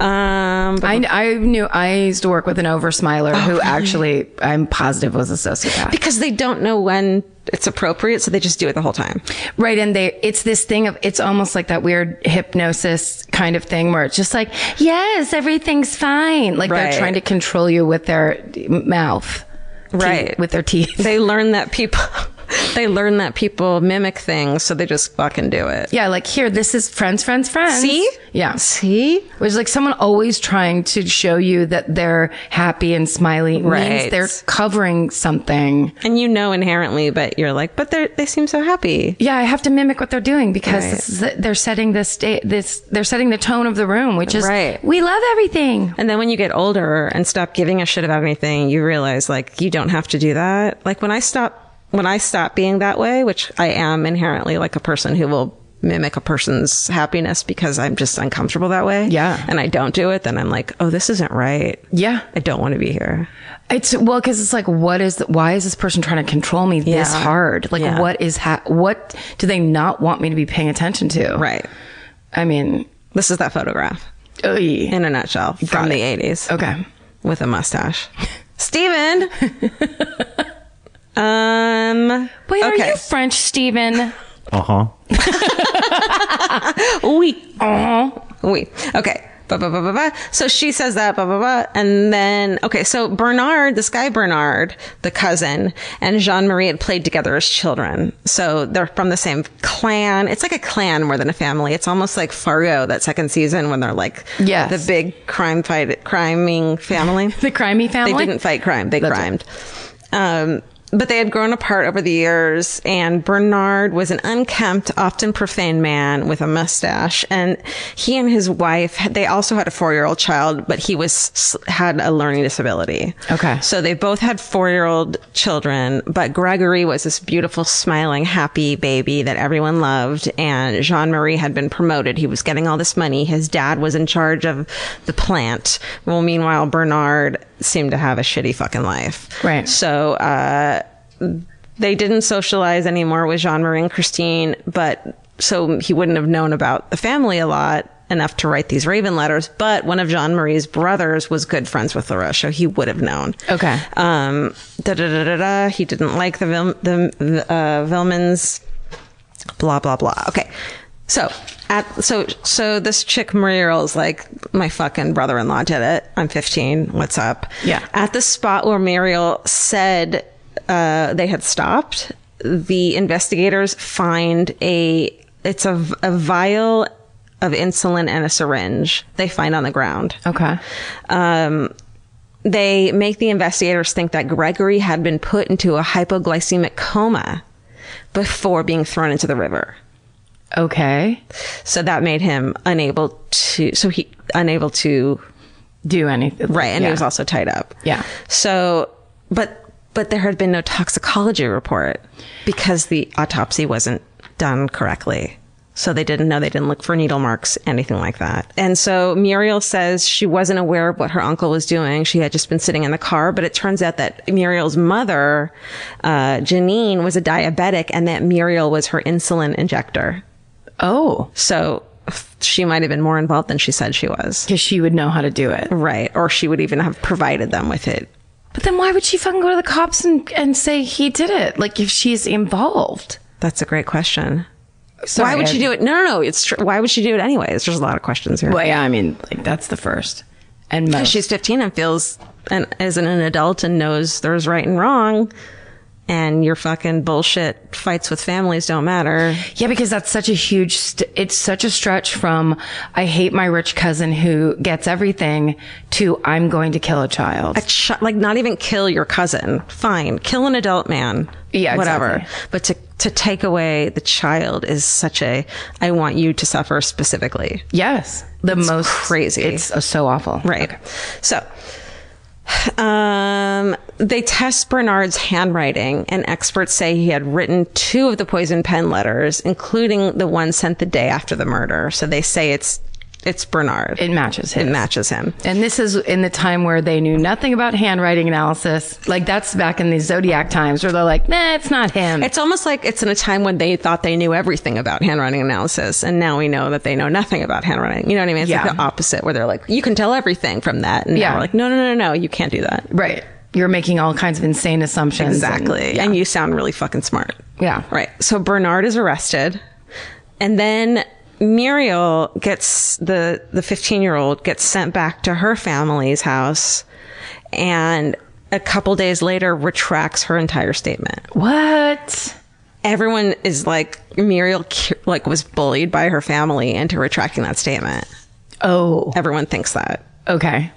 Um, but- I, I knew I used to work with an over smiler who actually I'm positive was a sociopath. Oh, because they don't know when it's appropriate, so they just do it the whole time. Right. And they, it's this thing of, it's almost like that weird hypnosis kind of thing where it's just like, yes, everything's fine. Like Right. they're trying to control you with their d- mouth. Teeth- Right. with their teeth. They learn that people, they learn that people mimic things, so they just fucking do it. yeah. Like here, this is friends, friends, friends. See? Yeah. See? There's like someone always trying to show you that they're happy and smiley It means Right. they're covering something. And you know inherently, but you're like, but they they seem so happy. Yeah, I have to mimic what they're doing because this is they're setting the sta- this they're setting the tone of the room, which is Right. we love everything. And then when you get older and stop giving a shit about anything, you realize like you don't have to do that. Like when I stop, when I stop being that way, which I am inherently like a person who will mimic a person's happiness because I'm just uncomfortable that way. Yeah. And I don't do it. Then I'm like, oh, this isn't right. Yeah. I don't want to be here. It's well because it's like what is the, why is this person trying to control me this Yeah. hard? Like Yeah. what is ha- what do they not want me to be paying attention to? Right. I mean, This is that photograph oy. in a nutshell from the 80s okay. with a mustache. Steven! um, Wait, are Okay. you French, Stephen? Uh huh. oui. Uh-huh. Oui. Okay. Ba, ba, ba, ba, ba. So she says that, blah, blah, blah. And then, okay, so Bernard, this guy Bernard, the cousin, and Jean Marie had played together as children. So they're from the same clan. It's like a clan more than a family. It's almost like Fargo, that second season, when they're like Yes. the big crime fight, criming family. The crimey family. They didn't fight crime. They That's crimed. Um, but they had grown apart over the years, and Bernard was an unkempt, often profane man with a mustache. And he and his wife, they also had a four-year-old child, but he was had a learning disability. Okay. So they both had four-year-old children, but Gregory was this beautiful, smiling, happy baby that everyone loved. And Jean Marie had been promoted. He was getting all this money. His dad was in charge of the plant. Well, meanwhile, Bernard seemed to have a shitty fucking life. Right. So uh, they didn't socialize anymore with Jean Marie and Christine, but so he wouldn't have known about the family a lot enough to write these Raven letters. But one of Jean Marie's brothers was good friends with LaRoche, so he would have known. Okay. Um, da da da da da. He didn't like the Vil- the uh, Vilmans. Blah blah blah. Okay. So at so so this chick Muriel is like my fucking brother-in-law did it. I'm 15. What's up? Yeah. At the spot where Muriel said uh, they had stopped, the investigators find a it's a, a vial of insulin and a syringe they find on the ground Okay. um, they make the investigators think that Gregory had been put into a hypoglycemic coma before being thrown into the river. Okay. So that made him unable to, so he, unable to, Do anything. right. And yeah. he was also tied up. Yeah. So, but, but there had been no toxicology report because the autopsy wasn't done correctly. So they didn't know, they didn't look for needle marks, anything like that. And so Muriel says she wasn't aware of what her uncle was doing. She had just been sitting in the car, but it turns out that Muriel's mother, uh, Janine, was a diabetic and that Muriel was her insulin injector. Oh, So f- she might have been more involved than she said she was. because she would know how to do it. Right. Or she would even have provided them with it. But then why would she fucking go to the cops and, and say he did it? Like if she's involved. That's a great question. why would I- she do it? No, no, no. It's tr- why would she do it anyways? There's a lot of questions here. Well, yeah, I mean, like that's the first and most. She's 15 and feels and isn't an adult and knows there's right and wrong. And your fucking bullshit fights with families don't matter. Yeah, because that's such a huge, st- it's such a stretch from I hate my rich cousin who gets everything to I'm going to kill a child. Sh- like not even kill your cousin. Fine, kill an adult man. Yeah, whatever. exactly. But to to take away the child is such a I want you to suffer specifically. yes. The most crazy. It's uh, so awful. Right. So um, they test Bernard's handwriting, and experts say he had written two of the poison pen letters, including the one sent the day after the murder. So they say it's it's Bernard. It matches him. It matches him. and this is in the time where they knew nothing about handwriting analysis. Like that's back in the zodiac times where they're like, nah, it's not him. It's almost like it's in a time when they thought they knew everything about handwriting analysis, and now we know that they know nothing about handwriting. You know what I mean? It's Yeah. like the opposite, where they're like, you can tell everything from that. And Yeah. now we're like, no, no, no, no, you can't do that. right. You're making all kinds of insane assumptions. and- Exactly. And, yeah. you sound really fucking smart. Yeah. Right. So Bernard is arrested. And then Muriel gets the the 15-year-old gets sent back to her family's house and a couple days later retracts her entire statement. What? Everyone is like Muriel cu- like was bullied by her family into retracting that statement. Oh, Everyone thinks that. okay.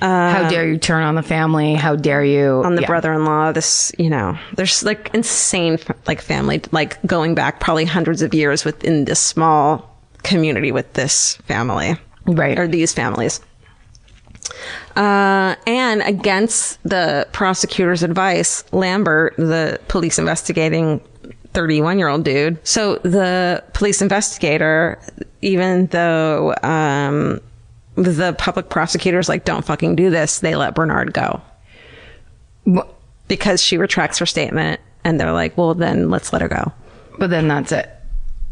How dare you turn on the family? How dare you? Uh, on the brother-in-law this you know there's like insane f- like family like going back probably hundreds of years within this small community with this family Right. or these families uh, and against the prosecutor's advice lambert the police investigating 31 year old dude so the police investigator even though um, the public prosecutors like don't fucking do this they let bernard go Wh- because she retracts her statement and they're like, well, then let's let her go. But then that's it.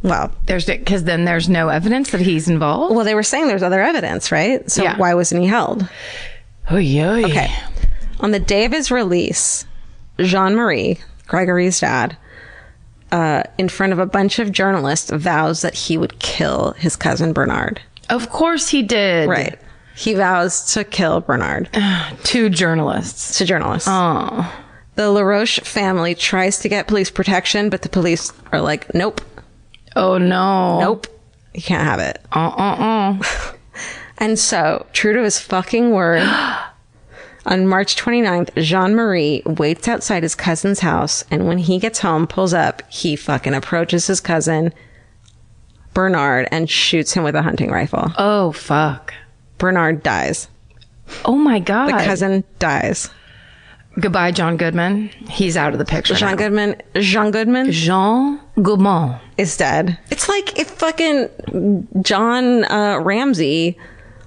Well, There's because then there's no evidence that he's involved. well, they were saying there's other evidence, right? So Yeah. why wasn't he held? Oh yeah. Okay. On the day of his release, Jean Marie, Gregory's dad, uh, in front of a bunch of journalists, vows that he would kill his cousin Bernard. Of course he did. Right. He vows to kill Bernard. Two journalists. to journalists. Oh. The LaRoche family tries to get police protection, but the police are like, nope, Oh no. nope, you can't have it. Uh uh uh. And so, true to his fucking word, on March 29th, Jean Marie waits outside his cousin's house. And when he gets home, pulls up, he fucking approaches his cousin, Bernard, and shoots him with a hunting rifle. Oh fuck. Bernard dies. Oh my god. The cousin dies. Goodbye, John Goodman. He's out of the picture. Jean now. Goodman, Jean Goodman Jean Goodman. is dead. It's like if fucking John uh, Ramsey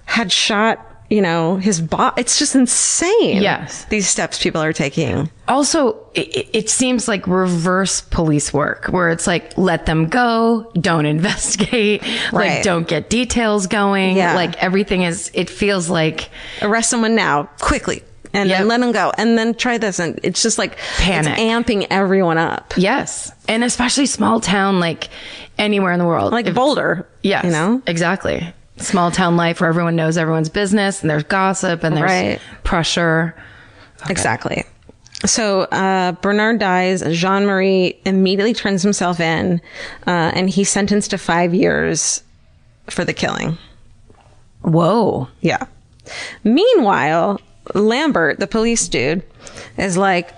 had shot, you know, his boss. It's just insane. Yes. These steps people are taking. Also, it, it seems like reverse police work, where it's like let them go, don't investigate, like Right. don't get details going. Yeah. Like everything is. It feels like arrest someone now quickly and Yep. then let them go and then try this and it's just like Panic. it's amping everyone up yes, and especially small town, like anywhere in the world, like If- boulder Yes. you know Exactly. Small town life where everyone knows everyone's business and there's gossip and there's Right. pressure. exactly so uh, bernard dies jean marie immediately turns himself in uh, and he's sentenced to five years for the killing Whoa. Yeah. Meanwhile, Lambert, the police dude, is like,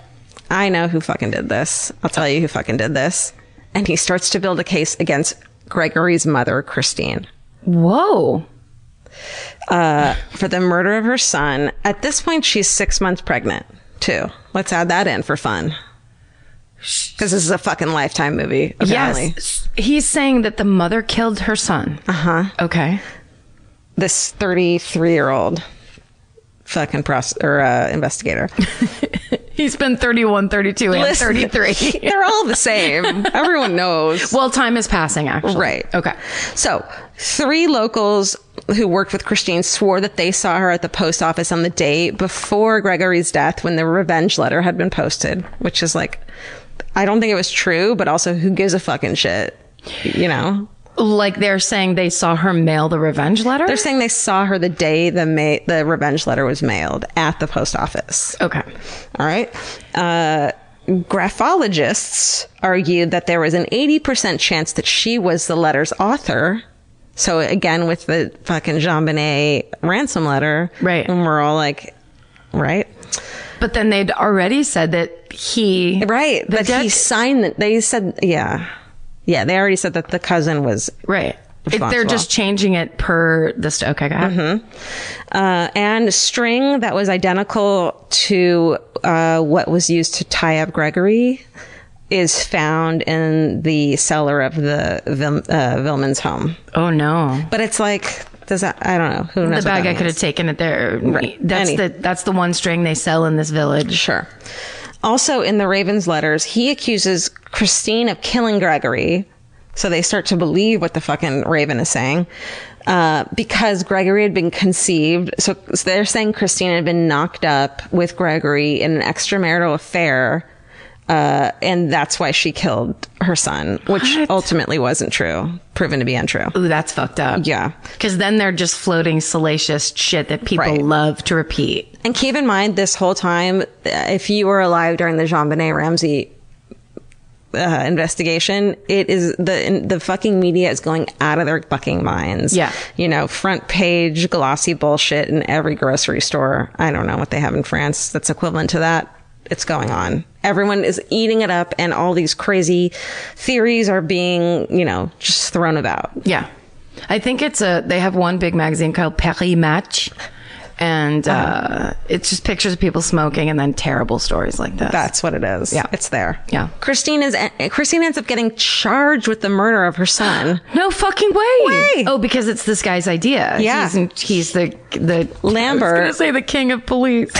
I know who fucking did this. I'll tell you who fucking did this. and he starts to build a case against Gregory's mother, Christine. Whoa. for the murder of her son. At this point, she's six months pregnant, too. Let's add that in for fun. Because this is a fucking lifetime movie. Apparently. Yes. He's saying that the mother killed her son. Uh Uh-huh. huh. Okay. This 33 year old fucking pros- or, uh, investigator. He's been 31, 32, and Listen, 33. They're all the same. Everyone knows. Well, time is passing, actually. Right. Okay. So, three locals who worked with Christine swore that they saw her at the post office on the day before Gregory's death when the revenge letter had been posted, which is like, I don't think it was true, but also who gives a fucking shit? You know? Like they're saying they saw her mail the revenge letter? They're saying they saw her the day the ma- the revenge letter was mailed at the post office. okay. All right. Uh, graphologists argued that there was an 80% chance that she was the letter's author. So again, with the fucking Jean Bonnet ransom letter. Right. And we're all like, right? But then they'd already said that he. Right. The That he death- signed that. They said, yeah. Yeah. They already said that the cousin was Right. If they're Responsible. Mm-hmm. just changing it per the. St- okay, go ahead. uh, and a string that was identical to uh, what was used to tie up Gregory is found in the cellar of the Vil- uh, Vilman's home. Oh, no. But it's like, does that? I don't know. Who knows? The bag I could could have taken it there. Right. That's Any- the that's the one string they sell in this village. Sure. Also, in the Raven's letters, he accuses Christine of killing Gregory. So they start to believe what the fucking Raven is saying. Uh, because Gregory had been conceived. So, so they're saying Christine had been knocked up with Gregory in an extramarital affair. Uh, and that's why she killed her son, which ultimately wasn't true, proven to be untrue. Ooh, that's fucked up. Yeah. Because then they're just floating salacious shit that people Right. love to repeat. And keep in mind, this whole time, uh, if you were alive during the Jean Bonnet Ramsey uh, investigation, it is the in- the fucking media is going out of their fucking minds. Yeah. you know, front page glossy bullshit in every grocery store. I don't know what they have in France that's equivalent to that. It's going on. Everyone is eating it up, and all these crazy theories are being, you know, just thrown about. Yeah. I think it's a they have one big magazine called Paris Match. And Uh-huh. uh, it's just pictures of people smoking and then terrible stories like this. That's what it is. Yeah. it's there. Yeah. Christine is Christine ends up getting charged with the murder of her son. no fucking way. Way. Oh, because it's this guy's idea. Yeah. He's, he's the the Lambert. I was gonna say the king of police.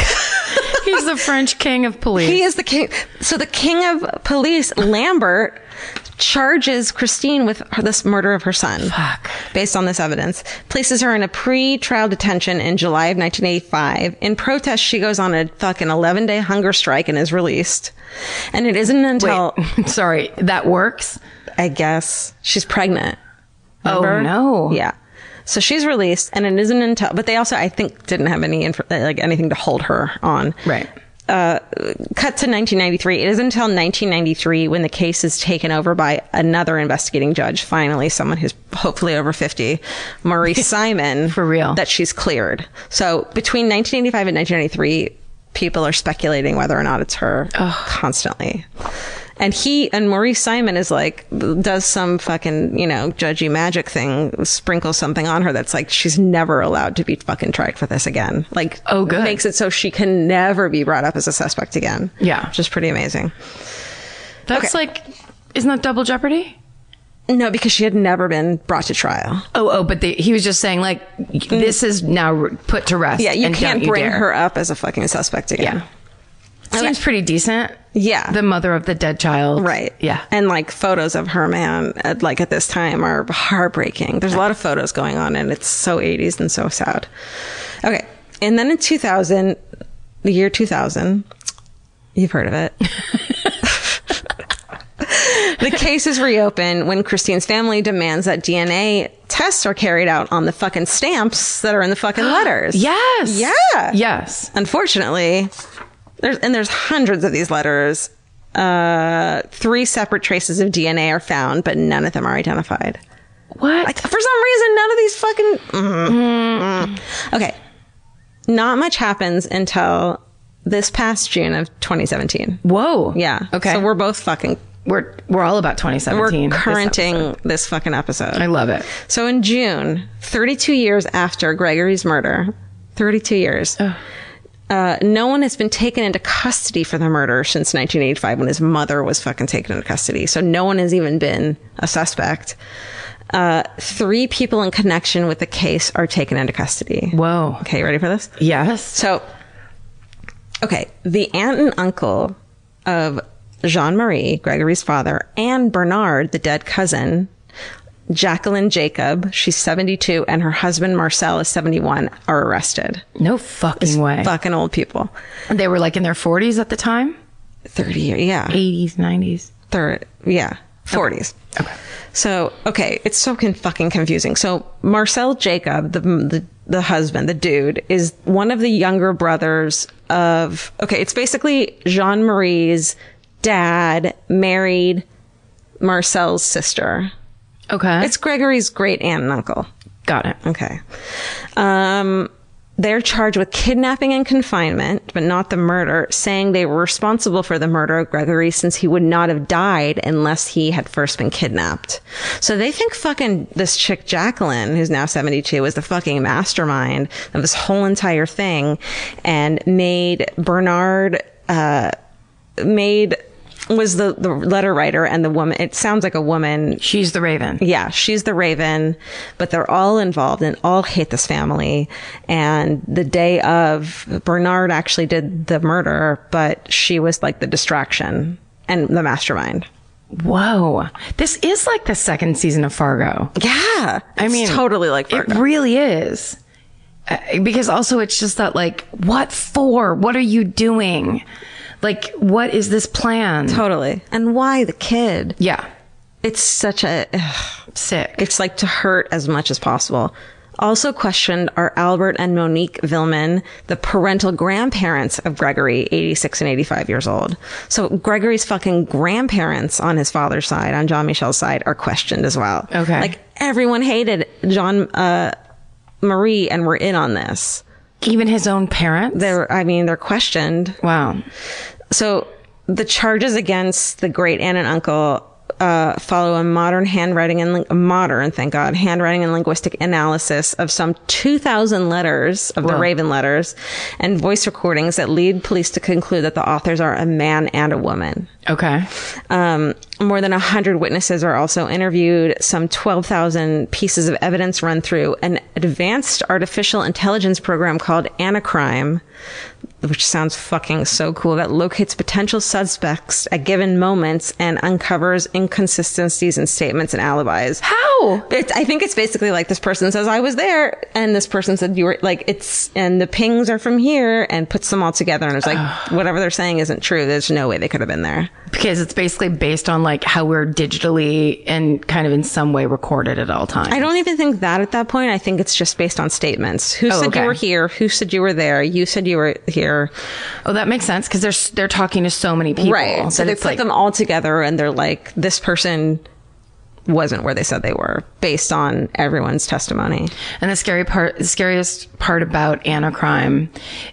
he's the French king of police. He is the king. So the king of police, Lambert, charges Christine with her, this murder of her son. Fuck. Based on this evidence, places her in a pre-trial detention in July of 1985. In protest, she goes on a fucking 11-day hunger strike and is released. And it isn't until Sorry, that works. I guess she's pregnant. Oh Remember? no. Yeah. So she's released, and it isn't until. But they also, I think, didn't have any inf- like anything to hold her on. Right. Uh, cut to 1993. It isn't until 1993 when the case is taken over by another investigating judge, finally, someone who's hopefully over 50, Maurice Simon. For real. That she's cleared. So between 1985 and 1993, people are speculating whether or not it's her constantly. And he and Maurice Simon is like, does some fucking, you know, judgy magic thing, sprinkle something on her that's like, she's never allowed to be fucking tried for this again. Like, Oh, good. Makes it so she can never be brought up as a suspect again. Yeah. Which is pretty amazing. That's like isn't that double jeopardy? No, because she had never been brought to trial. Oh, oh, but the, he was just saying like this is now re- put to rest. Mm. Yeah, you and can't don't bring dare. her up as a fucking suspect again. Yeah. Seems pretty decent. Yeah. The mother of the dead child. Right. Yeah. And like photos of her man at like at this time are heartbreaking. There's a lot of photos going on and it's so 80s and so sad. Okay. And then in 2000, the year 2000, you've heard of it. the case is reopened when Christine's family demands that DNA tests are carried out on the fucking stamps that are in the fucking letters. yes. Yeah Yes. unfortunately there's and there's hundreds of these letters uh three separate traces of dna are found but none of them are identified What? like for some reason none of these fucking Mm, mm. okay not much happens until this past june of 2017 Whoa. yeah Okay. so we're both fucking We're we're all about 2017. We're this episode. currenting this fucking episode. I love it. So in June, 32 years after Gregory's murder, 32 years, uh, no one has been taken into custody for the murder since 1985 when his mother was fucking taken into custody. So no one has even been a suspect. Uh, three people in connection with the case are taken into custody. Whoa. Okay, you ready for this? Yes. So, okay, the aunt and uncle of Jean Marie, Gregory's father, and Bernard, the dead cousin, Jacqueline Jacob, she's 72, and her husband Marcel is 71, are arrested. No fucking way. Fucking old people. They were like in their 40s at the time. 30 year, yeah. 80s, 90s. third yeah 40s okay so okay it's so con- fucking confusing so marcel jacob the, the the husband the dude is one of the younger brothers of okay it's basically jean marie's dad married marcel's sister Okay. it's gregory's great aunt and uncle got it. Okay. Um, they're charged with kidnapping and confinement, but not the murder, saying they were responsible for the murder of Gregory since he would not have died unless he had first been kidnapped. So they think fucking this chick Jacqueline, who's now 72, is the fucking mastermind of this whole entire thing and made Bernard, uh, made, was the, the letter writer and the woman, it sounds like a woman She's the Raven. yeah, she's the Raven, but they're all involved and all hate this family. And the day of, Bernard actually did the murder, but she was like the distraction and the mastermind. Whoa. This is like the second season of Fargo. Yeah. I mean, totally like Fargo. It really is. Uh, Because also it's just that like, what for? What are you doing? Like, what is this plan? totally. And why the kid? Yeah. It's such a, Sick. it's like to hurt as much as possible. Also questioned are Albert and Monique Villman, the parental grandparents of Gregory, 86 and 85 years old. So Gregory's fucking grandparents on his father's side, on John Michel's side, are questioned as well. Okay. Like everyone hated John, uh, Marie and were in on this. Even his own parents? They're, I mean, they're questioned. wow. So the charges against the great aunt and uncle uh, follow a modern handwriting and lin- modern, thank God, handwriting and linguistic analysis of some 2,000 letters of the Raven letters and voice recordings that lead police to conclude that the authors are a man and a woman. Okay. Um, more than 100 witnesses are also interviewed, some 12,000 pieces of evidence run through an advanced artificial intelligence program called Anacrime, which sounds fucking so cool, that locates potential suspects at given moments and uncovers inconsistencies in statements and alibis. How? It's, I think it's basically like this person says I was there, and this person said you were like it's, and the pings are from here, and puts them all together, and it's like whatever they're saying isn't true. There's no way they could have been there. Because it's basically based on like how we're digitally and kind of in some way recorded at all times. I don't even think that at that point. I think it's just based on statements. Who said Oh, okay. you were here? Who said you were there? You said you were here. Oh, that makes sense because they're s- they're talking to so many people. So that they it's put like, them all together and they're like, this person wasn't where they said they were based on everyone's testimony. And the scary part, the scariest part about Anacrime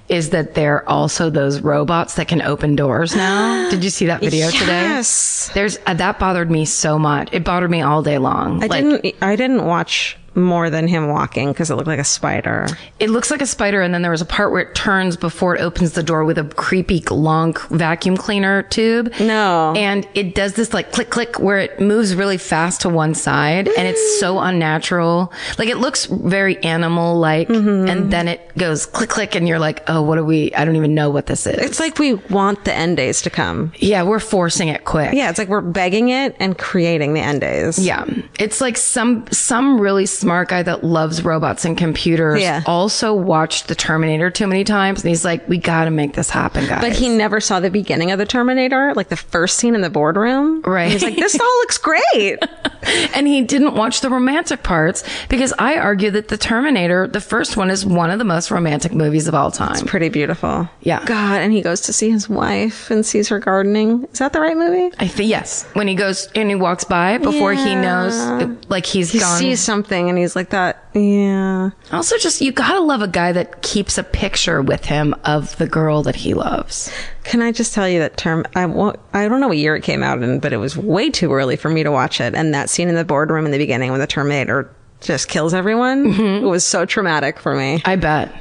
is that they're also those robots that can open doors now. Did you see that video today? Yes. There's uh, that bothered me so much. It bothered me all day long. I didn't, I didn't watch more than him walking because it looked like a spider. It looks like a spider, and then there was a part where it turns before it opens the door with a creepy long vacuum cleaner tube. No. And it does this like click click where it moves really fast to one side, and it's so Mm. unnatural. Like it looks very animal like, Mm-hmm. and then it goes click click, and you're like, oh, what are we? I don't even know what this is. It's like we want the end days to come. yeah, we're forcing it quick. Yeah. It's like we're begging it and creating the end days. Yeah. It's like some some really smart guy that loves robots and computers Yeah. also watched The Terminator too many times and he's like, We gotta make this happen, guys. But he never saw the beginning of the Terminator, like the first scene in the boardroom. Right. He's like, this all looks great. and he didn't watch the romantic parts because I argue that The Terminator, the first one, is one of the most romantic movies of all time. Pretty beautiful. Yeah. God, and he goes to see his wife and sees her gardening. Is that the right movie? I think yes. When he goes and he walks by before he Yeah. knows, like he's He gone. sees something and he's like that. Yeah. Also, just you gotta love a guy that keeps a picture with him of the girl that he loves. Can I just tell you that term? I won't, I don't know what year it came out in, but it was way too early for me to watch it. And that scene in the boardroom in the beginning when the Terminator just kills everyone Mm-hmm. it was so traumatic for me. I bet.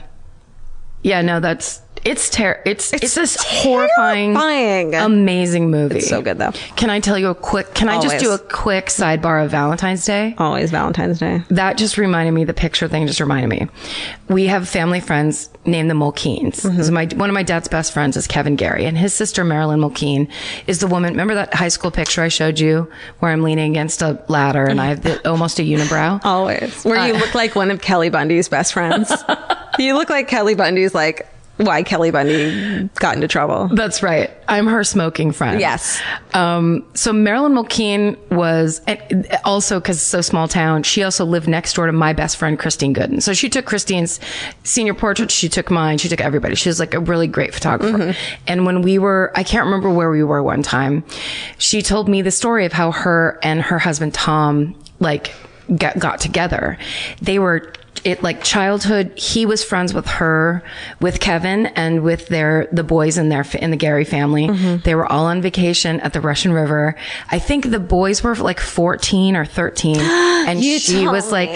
Yeah, no, that's it's ter it's it's, this horrifying, terrifying. amazing movie. so good though. Can I tell you a quick? Can I just do a Always. quick sidebar of Valentine's Day? Always Valentine's Day. that just reminded me. The picture thing just reminded me. We have family friends named the Mulkeens. Mm-hmm. So my one of my dad's best friends is Kevin Gary, and his sister Marilyn Mulkeen is the woman. Remember that high school picture I showed you where I'm leaning against a ladder and I have the, almost a unibrow. Uh, Always. Where you look like one of Kelly Bundy's best friends. you look like Kelly Bundy's like why Kelly Bundy got into trouble. That's right. I'm her smoking friend. Yes. Um, so Marilyn Mulkeen was and also because it's so small town. She also lived next door to my best friend Christine Gooden. So she took Christine's senior portrait. She took mine. She took everybody. She was like a really great photographer. And when we were, I can't remember where we were one time. She told me the story of how her and her husband Tom like got, got together. They were it like childhood. He was friends with her, with Kevin, and with their the boys in their in the Gary family. They were all on vacation at the Russian River. I think the boys were like fourteen or thirteen, and she was like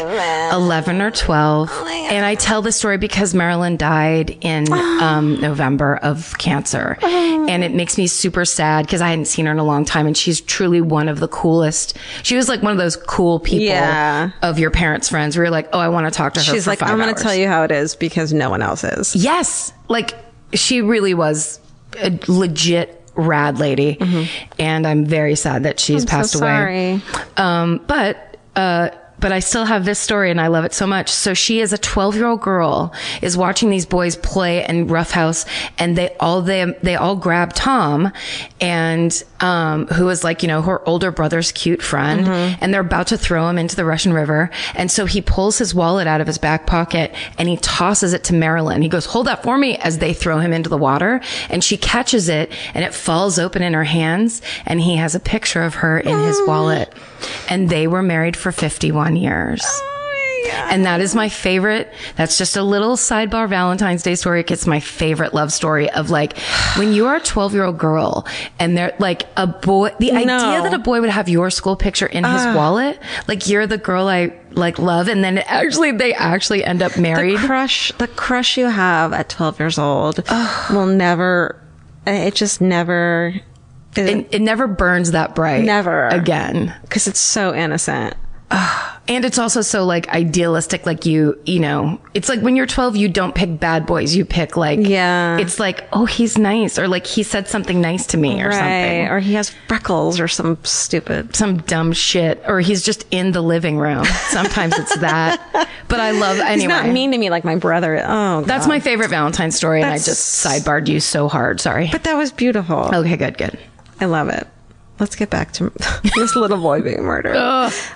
eleven or twelve. Oh and I tell this story because Marilyn died in um, November of cancer, Oh. and it makes me super sad because I hadn't seen her in a long time, and she's truly one of the coolest. She was like one of those cool people Yeah. of your parents' friends where you're like, oh, I want to talk to her. She's for like, five I'm going to hours." tell you how it is because no one else is. Yes, like she really was a legit rad lady, and I'm very sad that she's passed away. Mm-hmm. sorry. Um, but uh, but I still have this story, and I love it so much. So she is a 12 year old girl is watching these boys play and roughhouse, and they all they they all grab Tom, and um, who is like you know her older brother's cute friend, and they're about to throw him into the Russian River, and so he pulls his wallet out of his back pocket and he tosses it to Marilyn. He goes, "Hold that for me!" as they throw him into the water, and she catches it, and it falls open in her hands, and he has a picture of her in his wallet and they were married for 51 years. And that is my favorite. That's just a little sidebar Valentine's Day story. It's my favorite love story of like when you are a 12 year old girl and they're like a boy, the idea that a boy would have your school picture in his wallet, like you're the girl I like love. And then actually they actually end up married. Crush, the crush you have at 12 years old will never, it just never, and it never burns that bright. Never. Again. because it's so innocent. And it's also so like idealistic, like you, you know, it's like when you're 12, you don't pick bad boys. You pick like, Yeah. it's like, oh, he's nice. Or like he said something nice to me or Right. something. Or Or he has freckles or some stupid. some dumb shit. Or he's just in the living room. Sometimes it's that. But I love, anyway. He's not mean to me like my brother. Oh, God. That's my favorite Valentine's story. And I That's- just sidebarred you so hard. Sorry. But that was beautiful. okay, good, good. I love it. Let's get back to this little boy being murdered.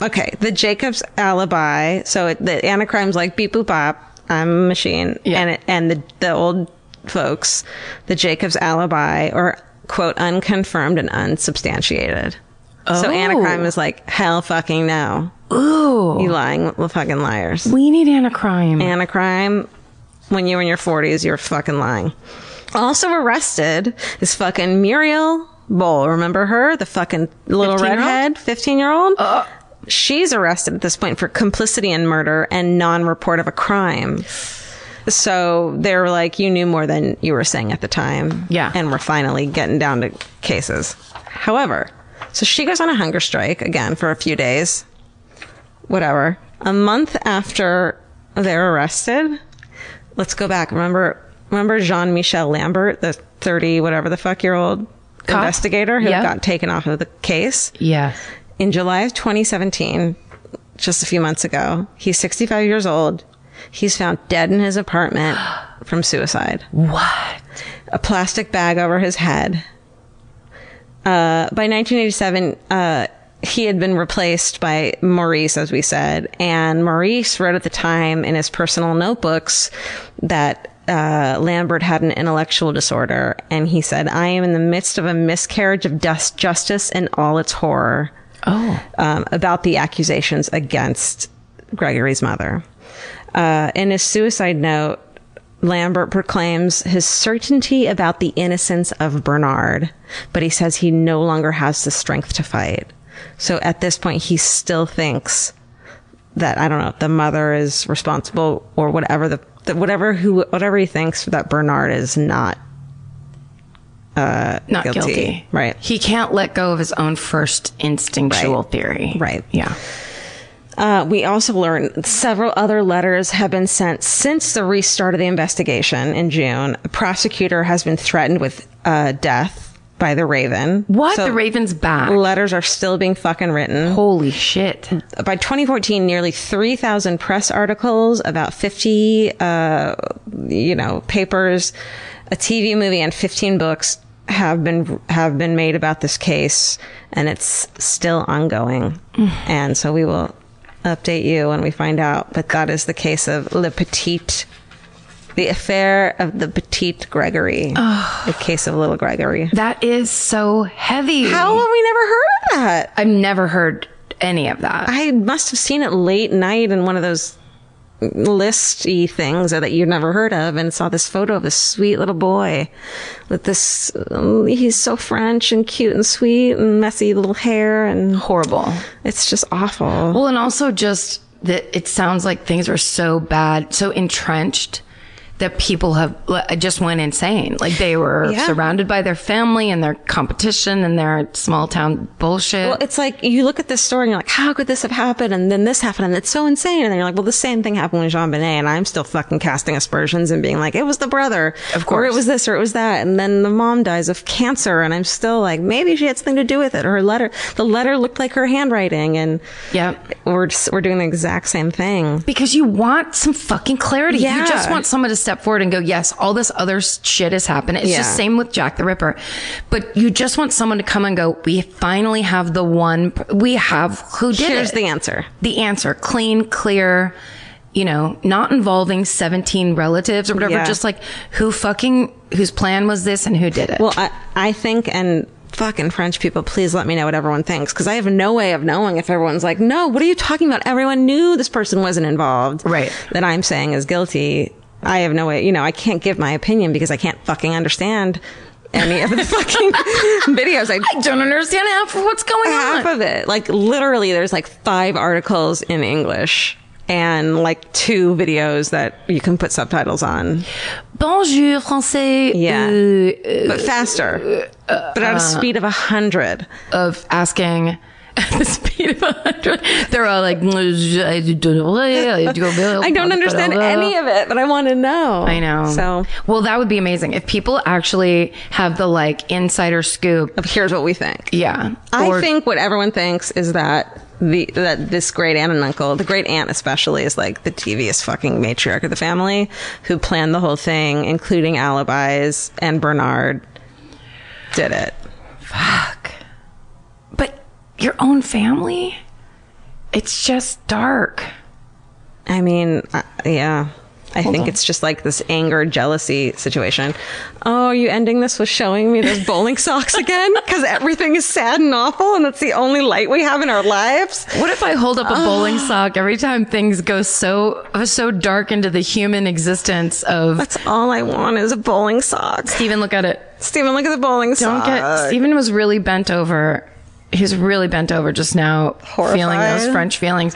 Okay, the Jacob's alibi. So it, the Anna crime's like beep boop bop. I'm a machine, Yeah. and it, and the the old folks, the Jacob's alibi, or quote unconfirmed and unsubstantiated. So Anna crime is like hell fucking no. Ooh, you lying li- fucking liars. We need Anna Crime. Anna crime. When you're in your 40s, you're fucking lying. Also arrested is fucking Muriel Bowl. Remember her? The fucking little 15-year-old? redhead, 15 year old? Uh. She's arrested at this point for complicity in murder and non report of a crime. So they're like, you knew more than you were saying at the time. Yeah. And we're finally getting down to cases. However, so she goes on a hunger strike again for a few days whatever. A month after they're arrested, let's go back. Remember, remember Jean Michel Lambert, the thirty whatever the fuck year old investigator who Yeah. got taken off of the case yeah. in July of 2017, just a few months ago. He's 65 years old. He's found dead in his apartment from suicide. What? A plastic bag over his head. Uh, by 1987, uh, he had been replaced by Maurice, as we said, and Maurice wrote at the time in his personal notebooks that uh, Lambert had an intellectual disorder, and he said, "I am in the midst of a miscarriage of dus- justice in all its horror." um, about the accusations against Gregory's mother. Uh, in his suicide note, Lambert proclaims his certainty about the innocence of Bernard, but he says he no longer has the strength to fight. So at this point, he still thinks that I don't know the mother is responsible or whatever the, the whatever who whatever he thinks that Bernard is not Not guilty. Guilty, right. He can't let go of his own first instinctual Right. theory. Right. Yeah. Uh, we also learned several other letters have been sent since the restart of the investigation in June. A prosecutor has been threatened with uh, death by the Raven. What? The Raven's back. Letters are still being fucking written. Holy shit. By 2014, nearly 3,000 press articles, about 50, uh, you know, papers, a TV movie, and 15 books have been have been made about this case, and it's still ongoing. and so we will update you when we find out. But that is the case of Le Petit, the affair of the Petit Gregory, the case of Little Gregory. That is so heavy. How have we never heard of that? I've never heard any of that. I must have seen it late night in one of those listy things that you've never heard of and saw this photo of this sweet little boy with this um, he's so french and cute and sweet and messy little hair and Horrible. it's just awful Well, and also just that it sounds like things are so bad, so entrenched that people have like, just went insane. Like they were Yeah. surrounded by their family and their competition and their small town bullshit. Well, it's like you look at this story and you're like, how could this have happened? And then this happened, and it's so insane. And then you're like, well, the same thing happened with Jean Benet, and I'm still fucking casting aspersions and being like, it was the brother, of course, or it was this, or it was that. And then the mom dies of cancer, and I'm still like, maybe she had something to do with it. Or her letter, the letter looked like her handwriting, and yep. we're just, we're doing the exact same thing. Because you want some fucking clarity. You Yeah. just want someone to step forward and go, yes, all this other s- shit has happened. It's Yeah. just same with Jack the Ripper. But you just want someone to come and go, we finally have the one, p- we have who did Here's it. the answer. the answer clean clear you know not involving 17 relatives or whatever Yeah. just like who fucking whose plan was this and who did it Well, I, I think, and fucking French people, please let me know what everyone thinks, because I have no way of knowing if everyone's like, no, what are you talking about? Everyone knew this person wasn't involved. Right. That I'm saying is guilty. I have no way, you know, I can't give my opinion because I can't fucking understand any of the fucking videos. I i don't understand half of what's going half on of it. Like literally, there's like five articles in English. And like two videos that you can put subtitles on, bonjour français Yeah. uh, but faster, but at a speed of a hundred. of asking at the speed of 100 they're all like "Mm, i I don't understand any of it, but I want to know. I know. So well, that would be amazing if people actually have the like insider scoop. here's what we think. Yeah, I Or- think what everyone thinks is that the that this great aunt and uncle, the great aunt especially, is like the devious fucking matriarch of the family who planned the whole thing, including alibis, and Bernard did it. But your own family? It's just dark. I mean, uh, yeah. I think it's just like this anger, jealousy situation. Oh, are you ending this with showing me those bowling socks again? Because everything is sad and awful, and it's the only light we have in our lives. What if I hold up a bowling Uh. sock every time things go so so dark into the human existence of That's all I want is a bowling sock. Stephen? Look at it. Stephen, look at the bowling Don't sock. get Stephen was really bent over. He was really bent over just now, feeling those Horrified. French feelings.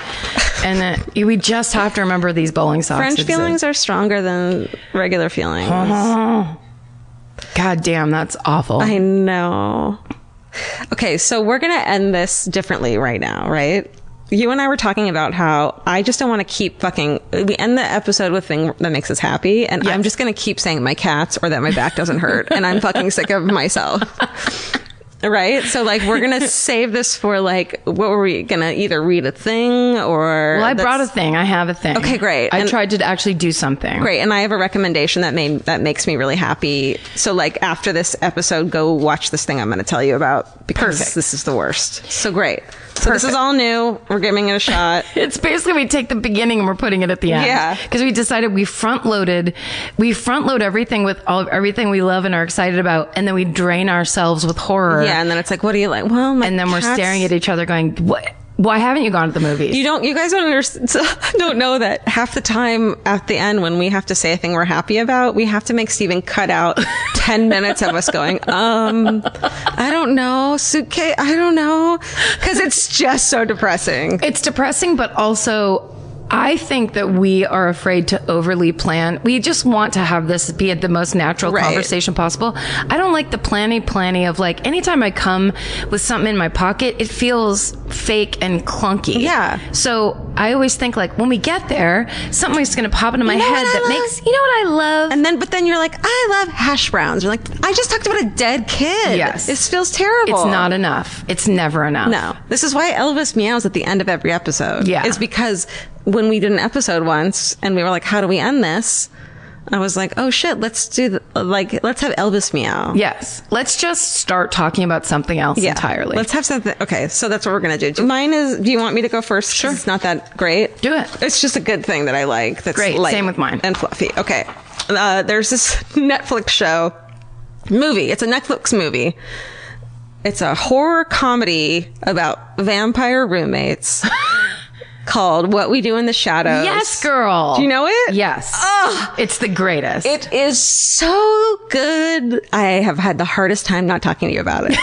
And uh, we just have to remember these bowling socks. French exist. feelings are stronger than regular feelings. Uh-huh. God damn, that's awful. I know. Okay, so we're going to end this differently right now, right? You and I were talking about how I just don't want to keep fucking. We end the episode with thing that makes us happy, and I'm just going to keep saying my cats or that my back doesn't hurt, and I'm fucking sick of myself. Right? So, like, we're going to save this for, like, what were we going to either read a thing or. well, I that's- brought a thing. I have a thing. Okay, great. I And- tried to actually do something. Great, and I have a recommendation that made that makes me really happy. So, like after this episode, go watch this thing I'm going to tell you about because Perfect. this is the worst. So great. So this is all new. We're giving it a shot. It's basically we take the beginning and we're putting it at the end. Yeah. Because we decided we front loaded, we front load everything with all everything we love and are excited about, and then we drain ourselves with horror. yeah, and then it's like, what do you like? Well, my And then we're cat's- staring at each other, going, "What? Why haven't you gone to the movies? You don't. You guys don't understand. Don't know that half the time at the end when we have to say a thing we're happy about, we have to make Steven cut out ten minutes of us going. Um, I don't know, suitcase. I don't know, because it's just so depressing. It's depressing, but also I think that we are afraid to overly plan. We just want to have this be the most natural Right. conversation possible. I don't like the planny planny of like anytime I come with something in my pocket, it feels fake and clunky. Yeah. So I always think like when we get there, something's going to pop into my know head what I that love? makes you know what I love. And then, but then you're like, I love hash browns. You're like, I just talked about a dead kid. Yes. this feels terrible. it's not enough. It's never enough. No. This is why Elvis meows at the end of every episode. Yeah. It's because when we did an episode once and we were like, how do we end this? I was like, oh shit, let's do, the, like, let's have Elvis meow. Yes. Let's just start talking about something else entirely. Let's have something. Okay, so that's what we're gonna do. Do- Mine is. Do you want me to go first? Sure. It's not that great. Do it. It's just a good thing that I like. That's Great, light same with mine. And fluffy. Okay. Uh, there's this Netflix show, movie. It's a Netflix movie. It's a horror comedy about vampire roommates called "What We Do in the Shadows." Yes, girl. Do you know it? Yes. It's the greatest. It is so good. I have had the hardest time not talking to you about it.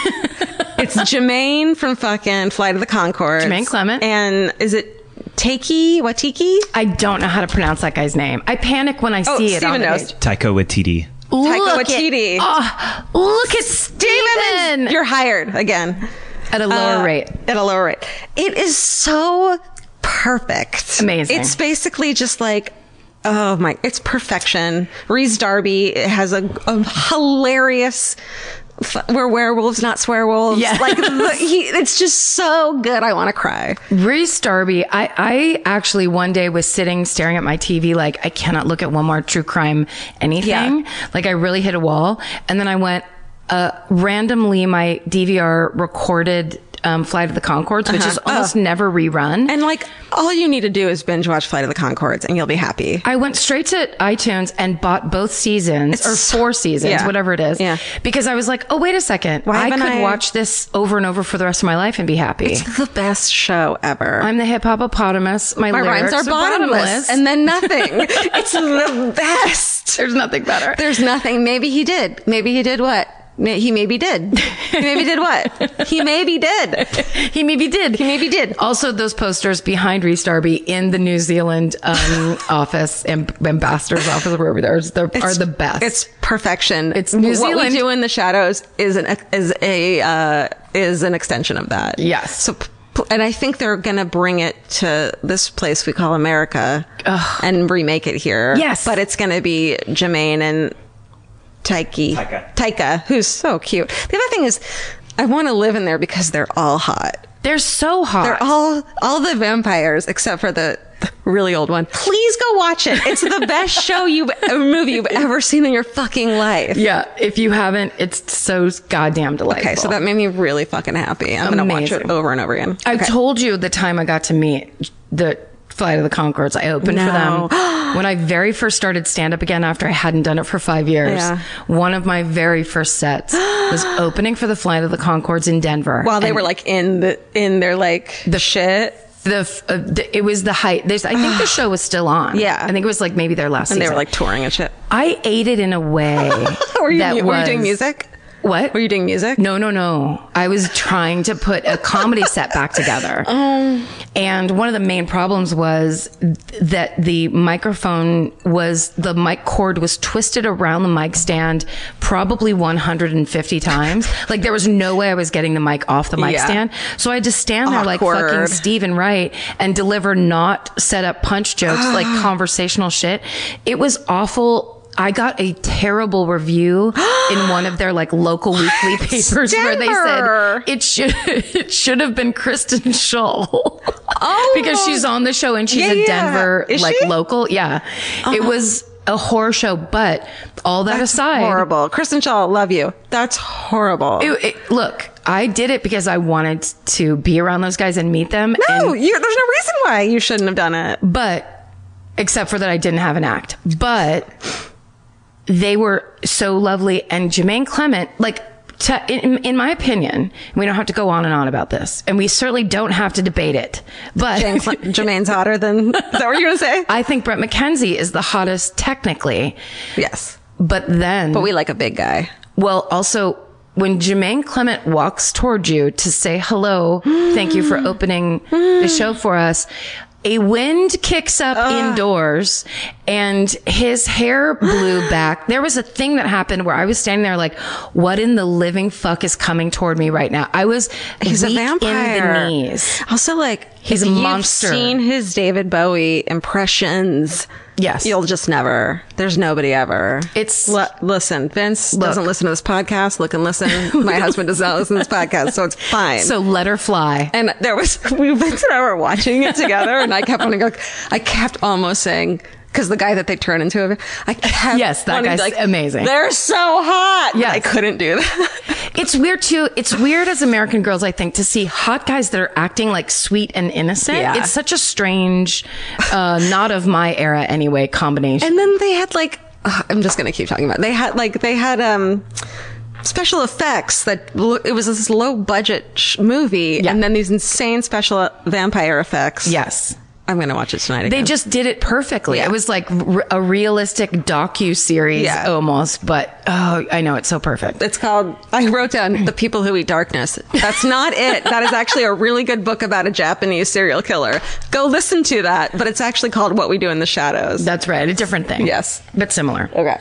it's Jermaine from fucking Flight of the Concord. Jermaine Clement. And is it Takey Watiki? I don't know how to pronounce that guy's name. I panic when I Oh, see it. on Steven the knows. page. Taika Waititi. Look Waititi. At, oh, look at Steven You're hired again. at a lower Uh, rate. At a lower rate. It is so perfect. Amazing. It's basically just like, oh my, it's perfection. Reese Darby has a, a hilarious. f- We're werewolves, not swearwolves. Yeah. Like, the- he, it's just so good. I want to cry. Reese Darby, I, I actually one day was sitting staring at my TV like I cannot look at one more true crime anything. Like I really hit a wall. And then I went, uh, randomly my DVR recorded um, Flight of the Concords, Uh-huh. which is almost never rerun. And like, all you need to do is binge watch Flight of the Concords and you'll be happy. I went straight to iTunes and bought both seasons or four seasons, yeah. whatever it is. Yeah. Because I was like, oh, wait a second. Why I haven't could I- watch this over and over for the rest of my life and be happy. the best show ever. I'm the hip hopopotamus. My, My rhymes lyrics are bottomless, and then nothing. it's the best. there's nothing better. There's nothing. Maybe he did. Maybe he did what? May- He maybe did. He maybe did what? He maybe did. he maybe did. He maybe did. Also, those posters behind Reese Darby in the New Zealand um, office and ambassador's office, or wherever they are, they're- are the best. It's perfection. It's New What Zealand. we do in the shadows is an is a uh, is an extension of that. Yes. So, p- p- and I think they're gonna bring it to this place we call America and remake it here. Yes. But it's gonna be Jermaine and Taiki. Taika. Taika, who's so cute. The other thing is, I want to live in there because they're all hot. they're so hot. They're all all the vampires except for the really old one. Please go watch it. It's the best show you movie you've ever seen in your fucking life. yeah, if you haven't, it's so goddamn delightful. Okay, so that made me really fucking happy. I'm gonna watch Amazing. it over and over again. I Okay. told you the time I got to meet the Flight of the Concords. I opened for No. them when I very first started stand up again after I hadn't done it for five years. Yeah. One of my very first sets was opening for the Flight of the Concords in Denver. while they And were like in the in their like the shit. the, f- uh, the it was the height. There's, I think the show was still on. Yeah. I think it was like maybe their last. And they season. were like touring and shit. I ate it in a way. Were you, that were you doing was- music? What Were you doing music? No, no, no. I was trying to put a comedy set back together. Oh. and one of the main problems was th- that the microphone was, the mic cord was twisted around the mic stand probably 150 times. like there was no way I was getting the mic off the mic Yeah. stand. So I had to stand there like fucking Awkward. Stephen Wright and deliver not set up punch jokes, like conversational shit. It was awful. I got a terrible review in one of their like local weekly papers where they Denver. said it should it should have been Kristen Schull. Oh. because she's on the show and she's Yeah, a yeah. Denver Is like she? Uh-huh. local. Yeah. It was a horror show, but all that That's aside, horrible. Kristen Shaw, love you. That's horrible. it- it- look, I did it because I wanted to be around those guys and meet them. no, and you, there's no reason why you shouldn't have done it. but except for that I didn't have an act. But they were so lovely and Jermaine Clement, like to, in, in my opinion, we don't have to go on and on about this, and we certainly don't have to debate it. But Jane Cl- Jermaine's hotter than. Is that what you're gonna say? I think Brett McKenzie is the hottest technically, yes, but then, but we like a big guy. well, also when Jermaine Clement walks toward you to say hello, thank you for opening the show for us. A wind kicks up Ah. indoors and his hair blew back. There was a thing that happened where I was standing there like, what in the living fuck is coming toward me right now? I was He's weak a vampire. in the knees. Also, like He's if a you've monster. Seen his David Bowie impressions. Yes. You'll just never. There's nobody ever. It's- L- listen. Vince doesn't listen to this podcast. Look and listen. My husband does not listen to this podcast, so it's fine. So let her fly. and there was we Vince and I were watching it together, and I kept wanting to go. I kept almost saying. Because the guy that they turn into, I kept Yes, that wanting to guy's be like, amazing. They're so hot. Yeah, Yes. I couldn't do that. It's weird too. It's weird as American girls, I think, to see hot guys that are acting like sweet and innocent. Yeah. It's such a strange, uh, not of my era anyway, combination. And then they had like ugh, I'm just gonna keep talking about. It. They had like they had um special effects that lo- it was this low budget sh- movie, Yeah. and then these insane special vampire effects. yes. I'm gonna watch it tonight. Again. They just did it perfectly. Yeah. It was like r- a realistic docu series Yeah. almost, but oh, I know it's so perfect. It's called. I wrote down the people who eat darkness. That's not it. That is actually a really good book about a Japanese serial killer. Go listen to that. But it's actually called What We Do in the Shadows. That's right. A different thing. Yes. But similar. okay.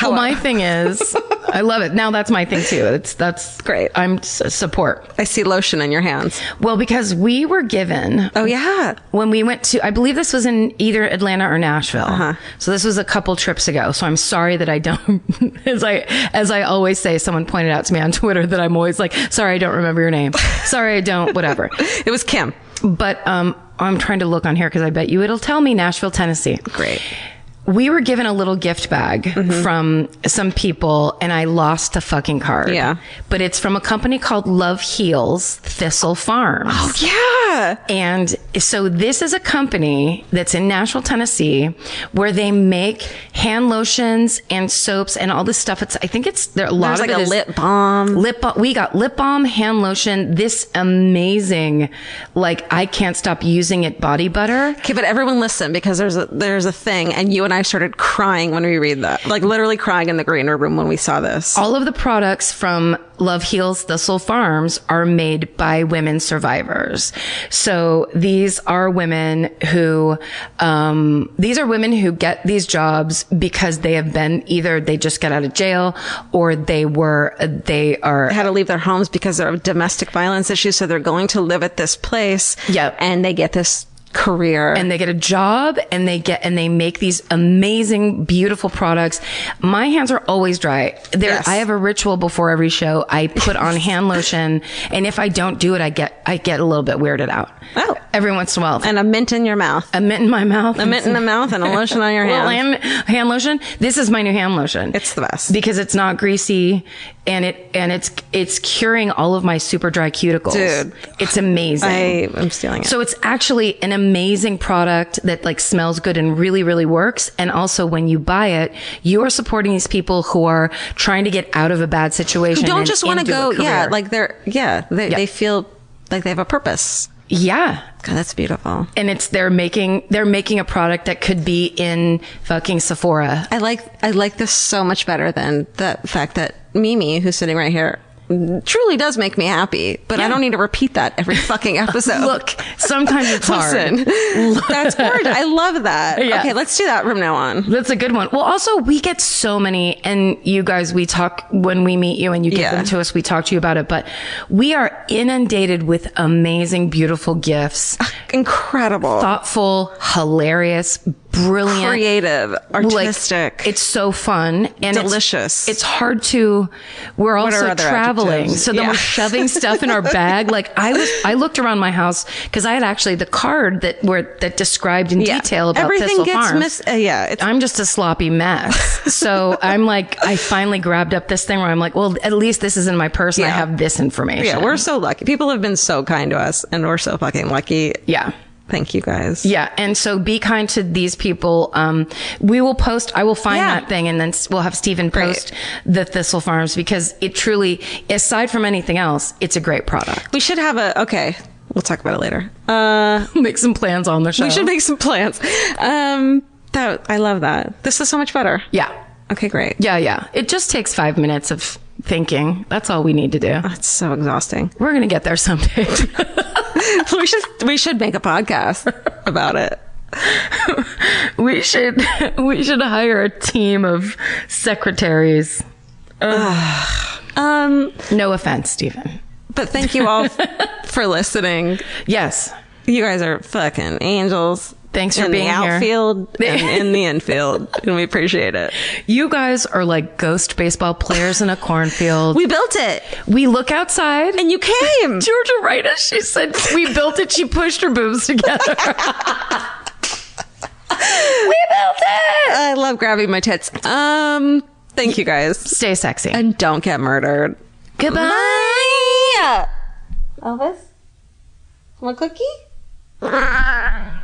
Well, my thing is, I love it. Now that's my thing too. It's, that's Great. I'm s- support. I see lotion in your hands. Well, because we were given Oh yeah. when we went to, I believe this was in either Atlanta or Nashville. Uh-huh. So this was a couple trips ago. So I'm sorry that I don't, as I, as I always say, someone pointed out to me on Twitter that I'm always like, sorry, I don't remember your name. Sorry, I don't, Oh, whatever. It was Kim. but, um, I'm trying to look on here because I bet you it'll tell me Nashville, Tennessee. Great. Mm-hmm. We were given a little gift bag from some people and I lost the fucking card. Yeah. But it's from a company called Love Heals Thistle Farms. Oh, Yeah. And so this is a company that's in Nashville, Tennessee, where they make hand lotions and soaps and all this stuff. It's I think it's there a lot There's of like it a is- lip balm. Lip balm. We got lip balm, hand lotion, this amazing, like I can't stop using it body butter. Okay, but everyone listen because there's a there's a thing, and you and I started crying when we read that, like literally crying in the green room when we saw this. All of the products from Love Heals Thistle Farms are made by women survivors. So these are women who, um, these are women who get these jobs because they have been either they just got out of jail or they were, they are Had to leave their homes because of domestic violence issues, so they're going to live at this place. Yep. and they get this career. and they get a job and they get and they make these amazing beautiful products my hands are always dry there Yes. i have a ritual before every show i put on hand lotion and if i don't do it i get i get a little bit weirded out Oh. every once in a while and a mint in your mouth, a mint in my mouth a mint in the mouth, and a lotion on your Well, hand. hand, hand lotion this is my new hand lotion It's the best. because it's not greasy and it and it's it's curing all of my super dry cuticles Dude. it's amazing I am stealing it. so it's actually an amazing product that like smells good and really, really works. And also when you buy it, you are supporting these people who are trying to get out of a bad situation. don't and just want to into a go. Yeah, career. like they're yeah they they feel like they have a purpose. yeah. God, that's beautiful. And it's, they're making, they're making a product that could be in fucking Sephora. I like I like this so much better than the fact that Mimi, who's sitting right here, truly does make me happy. But I don't need to repeat that every fucking episode. Look, sometimes it's hard. listen, that's gorgeous. I love that. Yeah. Okay, let's do that from now on. That's a good one. Well, also we get so many, and you guys, we talk when we meet you and you give Yeah. them to us. We talk to you about it, but we are inundated with amazing, beautiful gifts, Incredible, thoughtful, hilarious, brilliant, creative, like, artistic. it's so fun and it's- Delicious. It's, hard to. We're are also other traveling, adjectives? so then Yeah. we're shoving stuff in our bag. Like I was, I looked around my house because I had actually the card that were that described in Yeah. detail about everything Thistle gets Farms. mis- uh, yeah, it's I'm just a sloppy mess. So I'm like, I finally grabbed up this thing where I'm like, well, at least this is in my purse and I Yeah. have this information. yeah. We're so lucky. People have been so kind to us, and we're so fucking lucky. yeah. Thank you guys. Yeah, and so be kind to these people. Um, we will post. I will find Yeah. that thing, and then s- we'll have Stephen post the Thistle Farms because it truly, aside from anything else, it's a great product. We should have a okay. We'll talk about it later. Uh, Make some plans on the show. we should make some plans. Um, that I love that. This is so much better. yeah, Okay, great. yeah, yeah. It just takes five minutes of thinking. That's all we need to do. It's so exhausting. We're gonna get there someday. we should we should make a podcast about it. we should, we should hire a team of secretaries. Um, No offense, Stephen. but thank you all f- for listening. Yes, You guys are fucking angels. Thanks for in being the here. outfield and in the infield, and we appreciate it. you guys are like ghost baseball players in a cornfield. We built it, we look outside. and you came. Georgia Rita, she said, we built it. She pushed her boobs together. I love grabbing my tits. Um, thank you guys, Stay sexy. and don't get murdered. Goodbye. Bye. Elvis, want a cookie?